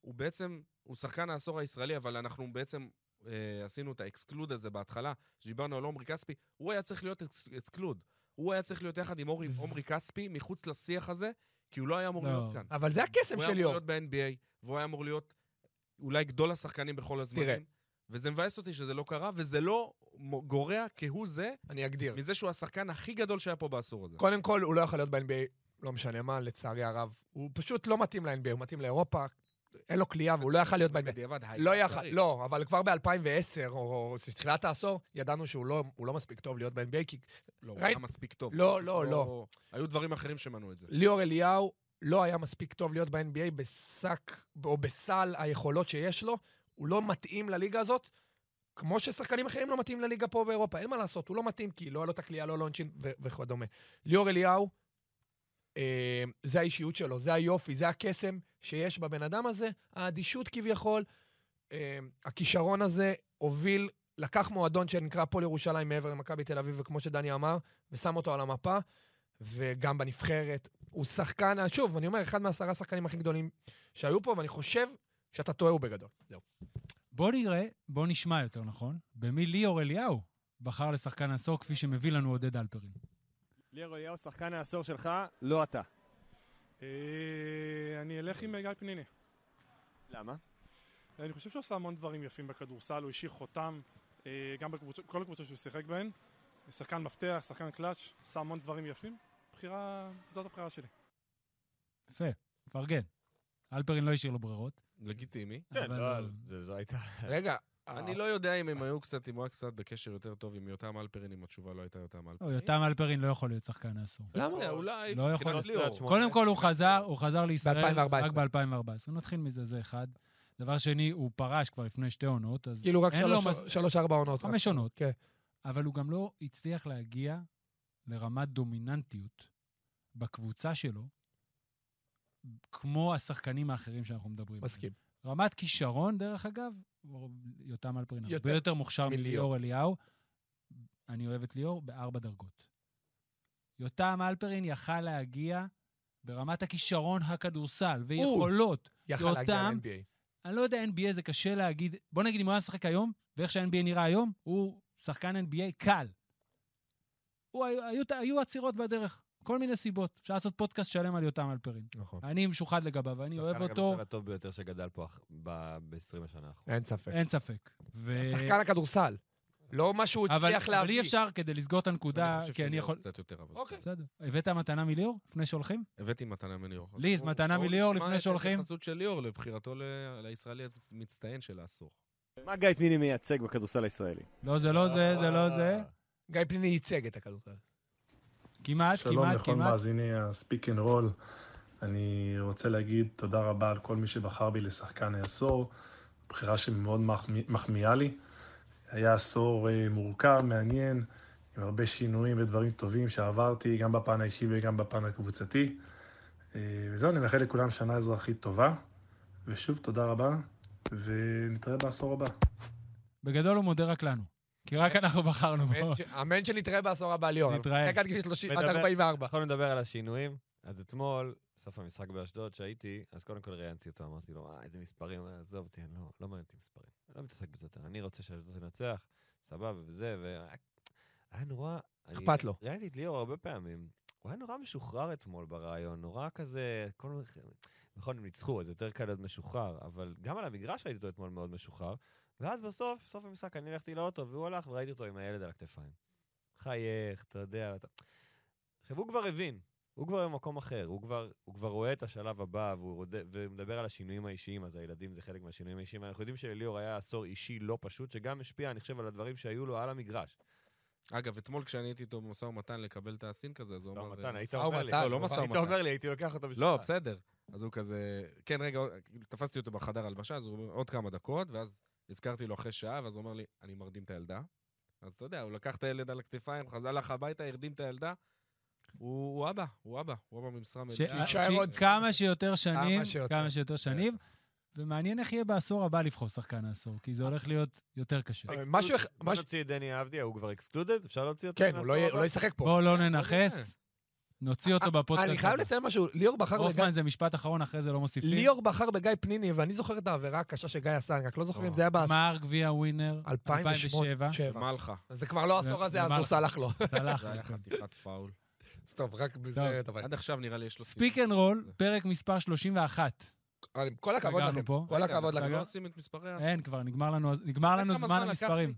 [SPEAKER 2] הוא בעצם, הוא שחקן העשור הישראלי, אבל אנחנו בעצם אה, עשינו את האקסקלוד הזה בהתחלה, שדיברנו על עומרי כספי, הוא היה צריך להיות אקס, אקסקלוד. הוא היה צריך להיות יחד עם עומרי- עומרי כספי, מחוץ לשיח הזה, כי הוא לא היה אמור
[SPEAKER 1] לא.
[SPEAKER 2] להיות כאן.
[SPEAKER 5] אבל זה הקסם של
[SPEAKER 2] הוא היה אמור
[SPEAKER 5] ליאור.
[SPEAKER 2] להיות ב-NBA, והוא היה אמור להיות אולי גדול השחקנים בכל הזמנים.
[SPEAKER 5] תראה.
[SPEAKER 2] וזה מבאס אותי שזה לא קרה, וזה לא מ- גורע כהוא זה
[SPEAKER 5] אני אגדיר.
[SPEAKER 2] מזה שהוא השחקן הכי גדול שהיה פה בעשור הזה.
[SPEAKER 5] קודם כל, הוא לא יכול להיות ב-NBA, לא משנה מה, לצערי הרב. הוא פשוט לא מתאים ל-NBA, הוא מתאים לאירופה, אין לו כליאה והוא לא יכול להיות ב-NBA.
[SPEAKER 2] בדיעבד, היה
[SPEAKER 5] לא יכל,
[SPEAKER 2] צריך.
[SPEAKER 5] לא, אבל כבר ב-2010, או- או תחילת העשור, ידענו שהוא לא- הוא לא מספיק טוב להיות ב-NBA, כי
[SPEAKER 2] לא, הוא
[SPEAKER 5] ראית-
[SPEAKER 2] היה מספיק טוב.
[SPEAKER 5] לא,
[SPEAKER 2] פשוט
[SPEAKER 5] לא, לא.
[SPEAKER 2] היו דברים אחרים שמנעו את זה.
[SPEAKER 5] ליאור אליהו לא היה מספיק טוב להיות ב-NBA בשק, או בסל היכולות שיש לו. הוא לא מתאים לליגה הזאת, כמו ששחקנים אחרים לא מתאים לליגה פה באירופה. אין מה לעשות, הוא לא מתאים, כי לא היה לו את הכלייה, לא לונצ'ין ו- וכדומה. ליאור אליהו, אה, זה האישיות שלו, זה היופי, זה הקסם שיש בבן אדם הזה, האדישות כביכול. אה, הכישרון הזה הוביל, לקח מועדון שנקרא הפועל ירושלים מעבר למכבי תל אביב, וכמו שדני אמר, ושם אותו על המפה, וגם בנבחרת. הוא שחקן, אה, שוב, אני אומר, אחד מעשרה השחקנים הכי גדולים שהיו פה, ואני חושב שאתה טועה הוא בגדול. זהו.
[SPEAKER 1] בוא נראה, בוא נשמע יותר נכון, במי ליאור אליהו בחר לשחקן עשור כפי שמביא לנו עודד אלפרין.
[SPEAKER 4] ליאור אליהו, שחקן העשור שלך, לא אתה.
[SPEAKER 6] אה, אני אלך עם גיא פניני.
[SPEAKER 4] למה?
[SPEAKER 6] אני חושב שהוא עשה המון דברים יפים בכדורסל, הוא השאיר חותם, אה, גם בכל הקבוצות שהוא שיחק בהן. שחקן מפתח, שחקן קלאץ', עשה המון דברים יפים. בחירה, זאת הבחירה שלי.
[SPEAKER 1] יפה, מפרגן. אלפרין לא השאיר לו ברירות.
[SPEAKER 2] לגיטימי.
[SPEAKER 4] כן,
[SPEAKER 1] אבל-
[SPEAKER 4] לא, זה- זו הייתה...
[SPEAKER 5] רגע, אה,
[SPEAKER 2] אני לא יודע אם הם היו קצת, אם הוא היה קצת בקשר יותר טוב עם יותם אלפרין, אם התשובה לא הייתה יותם
[SPEAKER 1] לא,
[SPEAKER 2] אלפרין.
[SPEAKER 1] יותם אלפרין לא יכול להיות שחקן העשור.
[SPEAKER 5] למה?
[SPEAKER 2] אה, אולי...
[SPEAKER 1] לא יכול
[SPEAKER 2] מבחינת
[SPEAKER 4] להיות.
[SPEAKER 2] ליאור.
[SPEAKER 1] קודם כל הוא חזר, הוא חזר לישראל
[SPEAKER 5] ב-2014.
[SPEAKER 1] רק ב-2014. נתחיל מזה, זה אחד. דבר שני, הוא פרש כבר לפני שתי עונות, אז
[SPEAKER 5] כאילו רק
[SPEAKER 1] אין לו מס-
[SPEAKER 5] שלוש, שלוש ארבע עונות. רק.
[SPEAKER 1] חמש עונות.
[SPEAKER 5] כן.
[SPEAKER 1] אבל הוא גם לא הצליח להגיע לרמת דומיננטיות בקבוצה שלו, כמו השחקנים האחרים שאנחנו מדברים עליהם.
[SPEAKER 5] מסכים.
[SPEAKER 1] רמת כישרון, דרך אגב, הוא- יותם אלפרין הרבה
[SPEAKER 5] יותר
[SPEAKER 1] יותר מוכשר
[SPEAKER 5] מליאור.
[SPEAKER 1] מליאור אליהו. אני אוהב את ליאור בארבע דרגות. יותם אלפרין יכל להגיע ברמת הכישרון הכדורסל ויכולות.
[SPEAKER 5] יכל להגיע
[SPEAKER 1] יותם,
[SPEAKER 5] ל-NBA.
[SPEAKER 1] אני לא יודע, NBA זה קשה להגיד. בוא נגיד, אם הוא היה משחק היום, ואיך שה-NBA נראה היום, הוא שחקן NBA קל. הוא, היו, היו, היו עצירות בדרך, כל מיני סיבות. אפשר לעשות פודקאסט שלם על יותם אלפרין.
[SPEAKER 5] נכון.
[SPEAKER 1] אני משוחד לגביו, אני אוהב
[SPEAKER 4] שחקן
[SPEAKER 1] אותו,
[SPEAKER 4] הכדורסל הטוב ביותר שגדל פה ב-20 השנה האחרונות.
[SPEAKER 5] אין ספק.
[SPEAKER 1] אין ספק. ו...
[SPEAKER 5] שחקן הכדורסל. לא מה שהוא
[SPEAKER 1] אבל,
[SPEAKER 5] הצליח
[SPEAKER 1] אבל אי
[SPEAKER 5] להביא.
[SPEAKER 1] אפשר כדי לסגור את הנקודה,
[SPEAKER 2] אני חושב
[SPEAKER 1] כי אני
[SPEAKER 2] שליאור
[SPEAKER 1] יכול...
[SPEAKER 2] קצת יותר, אבל...
[SPEAKER 5] אוקיי.
[SPEAKER 1] בסדר. הבאת מתנה מליאור לפני שהולכים?
[SPEAKER 2] הבאתי מתנה מליאור. אז
[SPEAKER 1] ליז,
[SPEAKER 2] בואו-
[SPEAKER 1] מתנה
[SPEAKER 2] בואו
[SPEAKER 1] מליאור
[SPEAKER 2] נשמע
[SPEAKER 1] לפני
[SPEAKER 2] את
[SPEAKER 1] שהולכים?
[SPEAKER 2] ההתייחסות של ליאור לבחירתו ל- לישראלי המצטיין של העשור.
[SPEAKER 8] מה גיא פניני מייצג בכדורסל הישראלי?
[SPEAKER 1] לא, זה לא זה, זה לא זה.
[SPEAKER 5] גיא פניני ייצג את הכדורסל.
[SPEAKER 1] כמעט,
[SPEAKER 9] שלום
[SPEAKER 1] כמעט,
[SPEAKER 9] לכל
[SPEAKER 1] כמעט.
[SPEAKER 9] מאזיני הספיק אנד רול. אני רוצה להגיד תודה רבה על כל מי שבחר בי לשחקן העשור, בחירה שמאוד מחמיא- מחמיאה לי. היה עשור אה, מורכב, מעניין, עם הרבה שינויים ודברים טובים שעברתי, גם בפן האישי וגם בפן הקבוצתי. אה, וזהו, אני מאחל לכולם שנה אזרחית טובה, ושוב תודה רבה, ונתראה בעשור הבא.
[SPEAKER 1] בגדול הוא מודה רק לנו. כי רק אנחנו בחרנו בו.
[SPEAKER 5] אמן ש- אמן שנתראה בעשור הבא, ליאור.
[SPEAKER 1] נתראה.
[SPEAKER 5] נתראה. עד גיל 30, עד
[SPEAKER 4] מדבר.
[SPEAKER 5] 44.
[SPEAKER 4] יכולנו לדבר על השינויים, אז אתמול, בסוף המשחק באשדוד שהייתי, אז קודם כל ראיינתי אותו, אמרתי לו, אה, איזה מספרים, הוא אומר, עזוב אותי, אני לא- לא מעניין אותי מספרים, אני לא מתעסק בזה יותר, אני רוצה שאשדוד תנצח, סבבה וזה, והיה נורא... אני-
[SPEAKER 5] אכפת לו.
[SPEAKER 4] ראיינתי את ליאור הרבה פעמים, הוא היה נורא משוחרר אתמול ברעיון, נורא כזה, כל מיני... נכון, הם ניצחו, אז יותר קל להיות משוחרר, אבל גם על המגרש ראיתי אותו אתמול מאוד משוחרר, ואז בסוף, סוף המשחק, אני הלכתי לאוטו, והוא הלך וראיתי אותו עם הילד על הכתפיים. חייך, אתה יודע, אתה... עכשיו, הוא כבר הבין, הוא כבר במקום אחר, הוא כבר, הוא כבר רואה את השלב הבא, והוא רודה, ומדבר על השינויים האישיים, אז הילדים זה חלק מהשינויים האישיים. אנחנו יודעים שלליאור היה עשור אישי לא פשוט, שגם השפיע, אני חושב, על הדברים שהיו לו על המגרש.
[SPEAKER 2] אגב, אתמול כשאני הייתי איתו במשא ומתן לקבל את הסין כזה, אז הוא
[SPEAKER 4] משא
[SPEAKER 2] אמר...
[SPEAKER 4] ומתן, היית
[SPEAKER 5] משא
[SPEAKER 4] אומר לי,
[SPEAKER 5] ומתן,
[SPEAKER 2] לא, לא משא
[SPEAKER 4] היית
[SPEAKER 2] ומתן.
[SPEAKER 4] אומר לי, הייתי לוקח אותו בשבילך.
[SPEAKER 1] אה.
[SPEAKER 2] לא, בסדר. אז הוא כזה, כן, רגע, תפסתי אותו בחדר הלבשה, אז הוא אומר, עוד כמה דקות, ואז הזכרתי לו אחרי שעה, ואז הוא אומר לי, אני מרדים את הילדה. אז אתה יודע, הוא לקח את הילד על הכתפיים, חזר לך הביתה, הרדים את הילדה. הוא הוא אבא, הוא אבא, הוא אבא ממשרה
[SPEAKER 1] ש-
[SPEAKER 2] מלאה.
[SPEAKER 5] שיישאר עוד.
[SPEAKER 1] שכמה שיותר שנים,
[SPEAKER 5] כמה שיותר.
[SPEAKER 1] כמה
[SPEAKER 2] כן.
[SPEAKER 1] שיותר שנים. ומעניין איך יהיה בעשור הבא לבחור שחקן העשור, כי זה הולך להיות יותר קשה.
[SPEAKER 2] אה,
[SPEAKER 5] אבל אה, משהו... אח-
[SPEAKER 4] בוא
[SPEAKER 5] משהו-
[SPEAKER 4] נוציא את דני אבדיה, הוא כבר אקסקלודד? אפשר להוציא אותו?
[SPEAKER 5] כן, הוא לא
[SPEAKER 4] מהעשור
[SPEAKER 5] יהיה-
[SPEAKER 4] הבא?
[SPEAKER 5] הוא לא ישחק פה.
[SPEAKER 1] בואו לא ננכס, נוציא
[SPEAKER 2] אה,
[SPEAKER 1] אותו בפודקאסט.
[SPEAKER 5] אני חייב
[SPEAKER 1] הבא.
[SPEAKER 5] לציין משהו, ליאור בחר בגיא...
[SPEAKER 1] הופמן זה משפט אחרון, אחרי זה לא מוסיפים.
[SPEAKER 5] ליאור בחר בגיא פניני, ואני זוכר את העבירה הקשה שגיא עשה, אני רק לא זוכר אם זה היה ב...
[SPEAKER 1] גמר גביע ווינר,
[SPEAKER 5] 2008.
[SPEAKER 1] 2007.
[SPEAKER 5] שבע.
[SPEAKER 2] מה לך?
[SPEAKER 5] זה כבר לא העשור הזה, אז
[SPEAKER 1] ומה
[SPEAKER 5] הוא
[SPEAKER 1] לך?
[SPEAKER 5] סלח לו.
[SPEAKER 1] סלח
[SPEAKER 2] זה
[SPEAKER 1] לי.
[SPEAKER 2] היה חתיכת פאול.
[SPEAKER 5] טוב, רק
[SPEAKER 1] כן,
[SPEAKER 5] בזה... אבל-
[SPEAKER 2] עד עכשיו נראה לי יש לו...
[SPEAKER 1] ספיק אנד רול, פרק מספר 31.
[SPEAKER 5] אבל כל הכבוד
[SPEAKER 1] סגרנו
[SPEAKER 5] לכם.
[SPEAKER 1] פה.
[SPEAKER 5] כל הכבוד לכם.
[SPEAKER 2] לכם. אנחנו
[SPEAKER 1] לכם.
[SPEAKER 2] לא עושים את מספרי ה...
[SPEAKER 1] אין, כבר נגמר לנו- נגמר
[SPEAKER 2] יודע
[SPEAKER 1] לנו
[SPEAKER 2] כמה
[SPEAKER 1] זמן
[SPEAKER 2] זמן לקח
[SPEAKER 1] המספרים.
[SPEAKER 2] לי?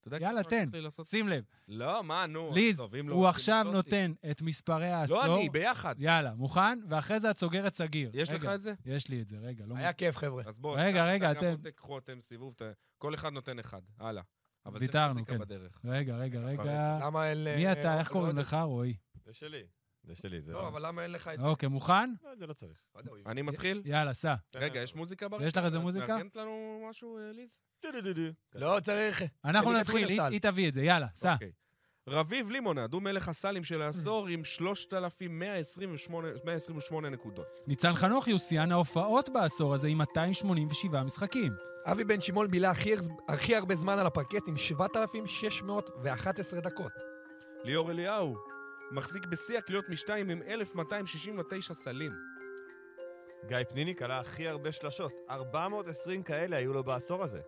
[SPEAKER 2] אתה יודע
[SPEAKER 1] יאללה,
[SPEAKER 2] כמה לקח
[SPEAKER 1] תן.
[SPEAKER 2] לי לעשות-
[SPEAKER 1] שים לב,
[SPEAKER 2] לא, מה, נו.
[SPEAKER 1] ליז,
[SPEAKER 2] עזוב, אם לא
[SPEAKER 1] הוא
[SPEAKER 2] עושים,
[SPEAKER 1] עכשיו
[SPEAKER 2] לא עושים.
[SPEAKER 1] נותן את מספרי העשור.
[SPEAKER 2] לא, אני, ביחד.
[SPEAKER 1] יאללה, מוכן? ואחרי זה את סוגרת סגיר.
[SPEAKER 2] יש לך
[SPEAKER 1] רגע,
[SPEAKER 2] את זה?
[SPEAKER 1] יש לי את זה, רגע. לא
[SPEAKER 5] היה כיף, חבר'ה.
[SPEAKER 2] אז בואו,
[SPEAKER 1] רגע, רגע, אתם-
[SPEAKER 2] תקחו אתם סיבוב, ת- כל אחד נותן אחד, הלאה. אבל צריך
[SPEAKER 1] ויתרנו,
[SPEAKER 2] מוזיקה
[SPEAKER 1] כן.
[SPEAKER 2] בדרך.
[SPEAKER 1] רגע, רגע, רגע.
[SPEAKER 5] למה אין... ל-
[SPEAKER 1] מי אתה?
[SPEAKER 5] אה,
[SPEAKER 1] איך קוראים
[SPEAKER 5] לא-
[SPEAKER 1] לך, רועי?
[SPEAKER 4] זה שלי. זה שלי, זה
[SPEAKER 5] לא, אבל למה אין לך את...
[SPEAKER 1] אוקיי, מוכן?
[SPEAKER 4] לא, זה לא צריך.
[SPEAKER 5] לא יודע, הוא-
[SPEAKER 2] אני מתחיל?
[SPEAKER 1] יאללה, סע.
[SPEAKER 2] רגע, יש מוזיקה ברקע?
[SPEAKER 1] אה, יש לך איזה
[SPEAKER 2] את
[SPEAKER 1] מוזיקה?
[SPEAKER 2] מארגנת לנו משהו, אה, ליז?
[SPEAKER 4] דו-דו-דו-דו.
[SPEAKER 5] לא צריך...
[SPEAKER 1] אנחנו
[SPEAKER 5] ליגת
[SPEAKER 1] נתחיל, היא-
[SPEAKER 5] וינרסל.
[SPEAKER 1] היא תביא את זה, יאללה, סע.
[SPEAKER 2] אוקיי. רביב לימונד, הוא מלך הסלים של העשור עם 3,128 128 נקודות.
[SPEAKER 1] ניצן חנוכי הוא שיאן ההופעות בעשור הזה עם 287 משחקים.
[SPEAKER 5] אבי בן שמעון בילה הכי הר- הכי הרבה זמן על הפרקט עם 7,611 דקות.
[SPEAKER 2] ליאור אליהו, מחזיק בשיא הקליעות משתיים עם 1,269 סלים.
[SPEAKER 4] גיא פניני כלה הכי הרבה שלשות. 420 כאלה היו לו בעשור הזה.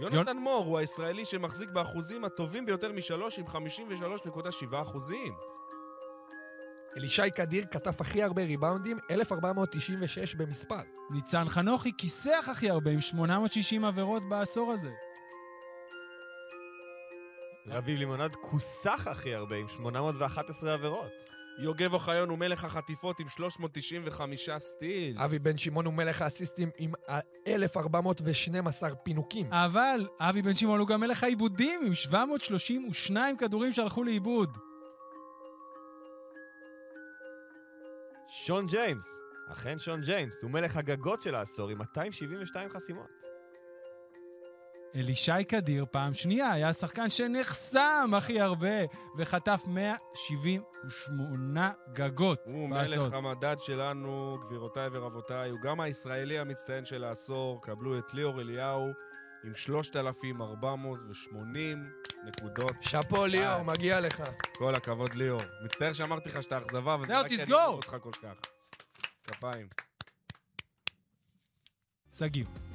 [SPEAKER 2] יונתן מור הוא הישראלי שמחזיק באחוזים הטובים ביותר משלוש עם 53.7 אחוזים.
[SPEAKER 5] אלישי קדיר כתב הכי הרבה ריבאונדים, 1,496 במספר.
[SPEAKER 1] ניצן חנוכי כיסח הכי הרבה עם 860 עבירות בעשור הזה.
[SPEAKER 5] כן.
[SPEAKER 4] רביב לימונד כוסח הכי הרבה עם 811 עבירות.
[SPEAKER 2] יוגב אוחיון הוא מלך החטיפות עם 395 סטיל.
[SPEAKER 1] אה.
[SPEAKER 5] אבי בן שמעון הוא מלך האסיסטים עם ה- 1,412 פינוקים.
[SPEAKER 1] אה. אבל אבי בן שמעון הוא גם מלך העיבודים עם 732 כדורים שהלכו לאיבוד.
[SPEAKER 4] שון ג'יימס, אכן שון ג'יימס, הוא מלך הגגות של העשור עם 272 חסימות.
[SPEAKER 1] אלישי קדיר פעם שנייה היה השחקן שנחסם הכי הרבה וחטף 178 גגות
[SPEAKER 2] הוא
[SPEAKER 1] בעשור.
[SPEAKER 2] מלך המדד שלנו, גבירותיי ורבותיי, הוא גם הישראלי המצטיין של העשור, קבלו את ליאור אליהו עם 3,480 נקודות.
[SPEAKER 5] שאפו,
[SPEAKER 1] אה.
[SPEAKER 5] ליאור, מגיע לך.
[SPEAKER 2] כל הכבוד, ליאור. מצטער שאמרתי לך שאתה אכזבה, אבל
[SPEAKER 1] זהו,
[SPEAKER 2] רק כי אני
[SPEAKER 1] תסגור.
[SPEAKER 2] אוהב אותך כל כך. כפיים.
[SPEAKER 1] שגיב.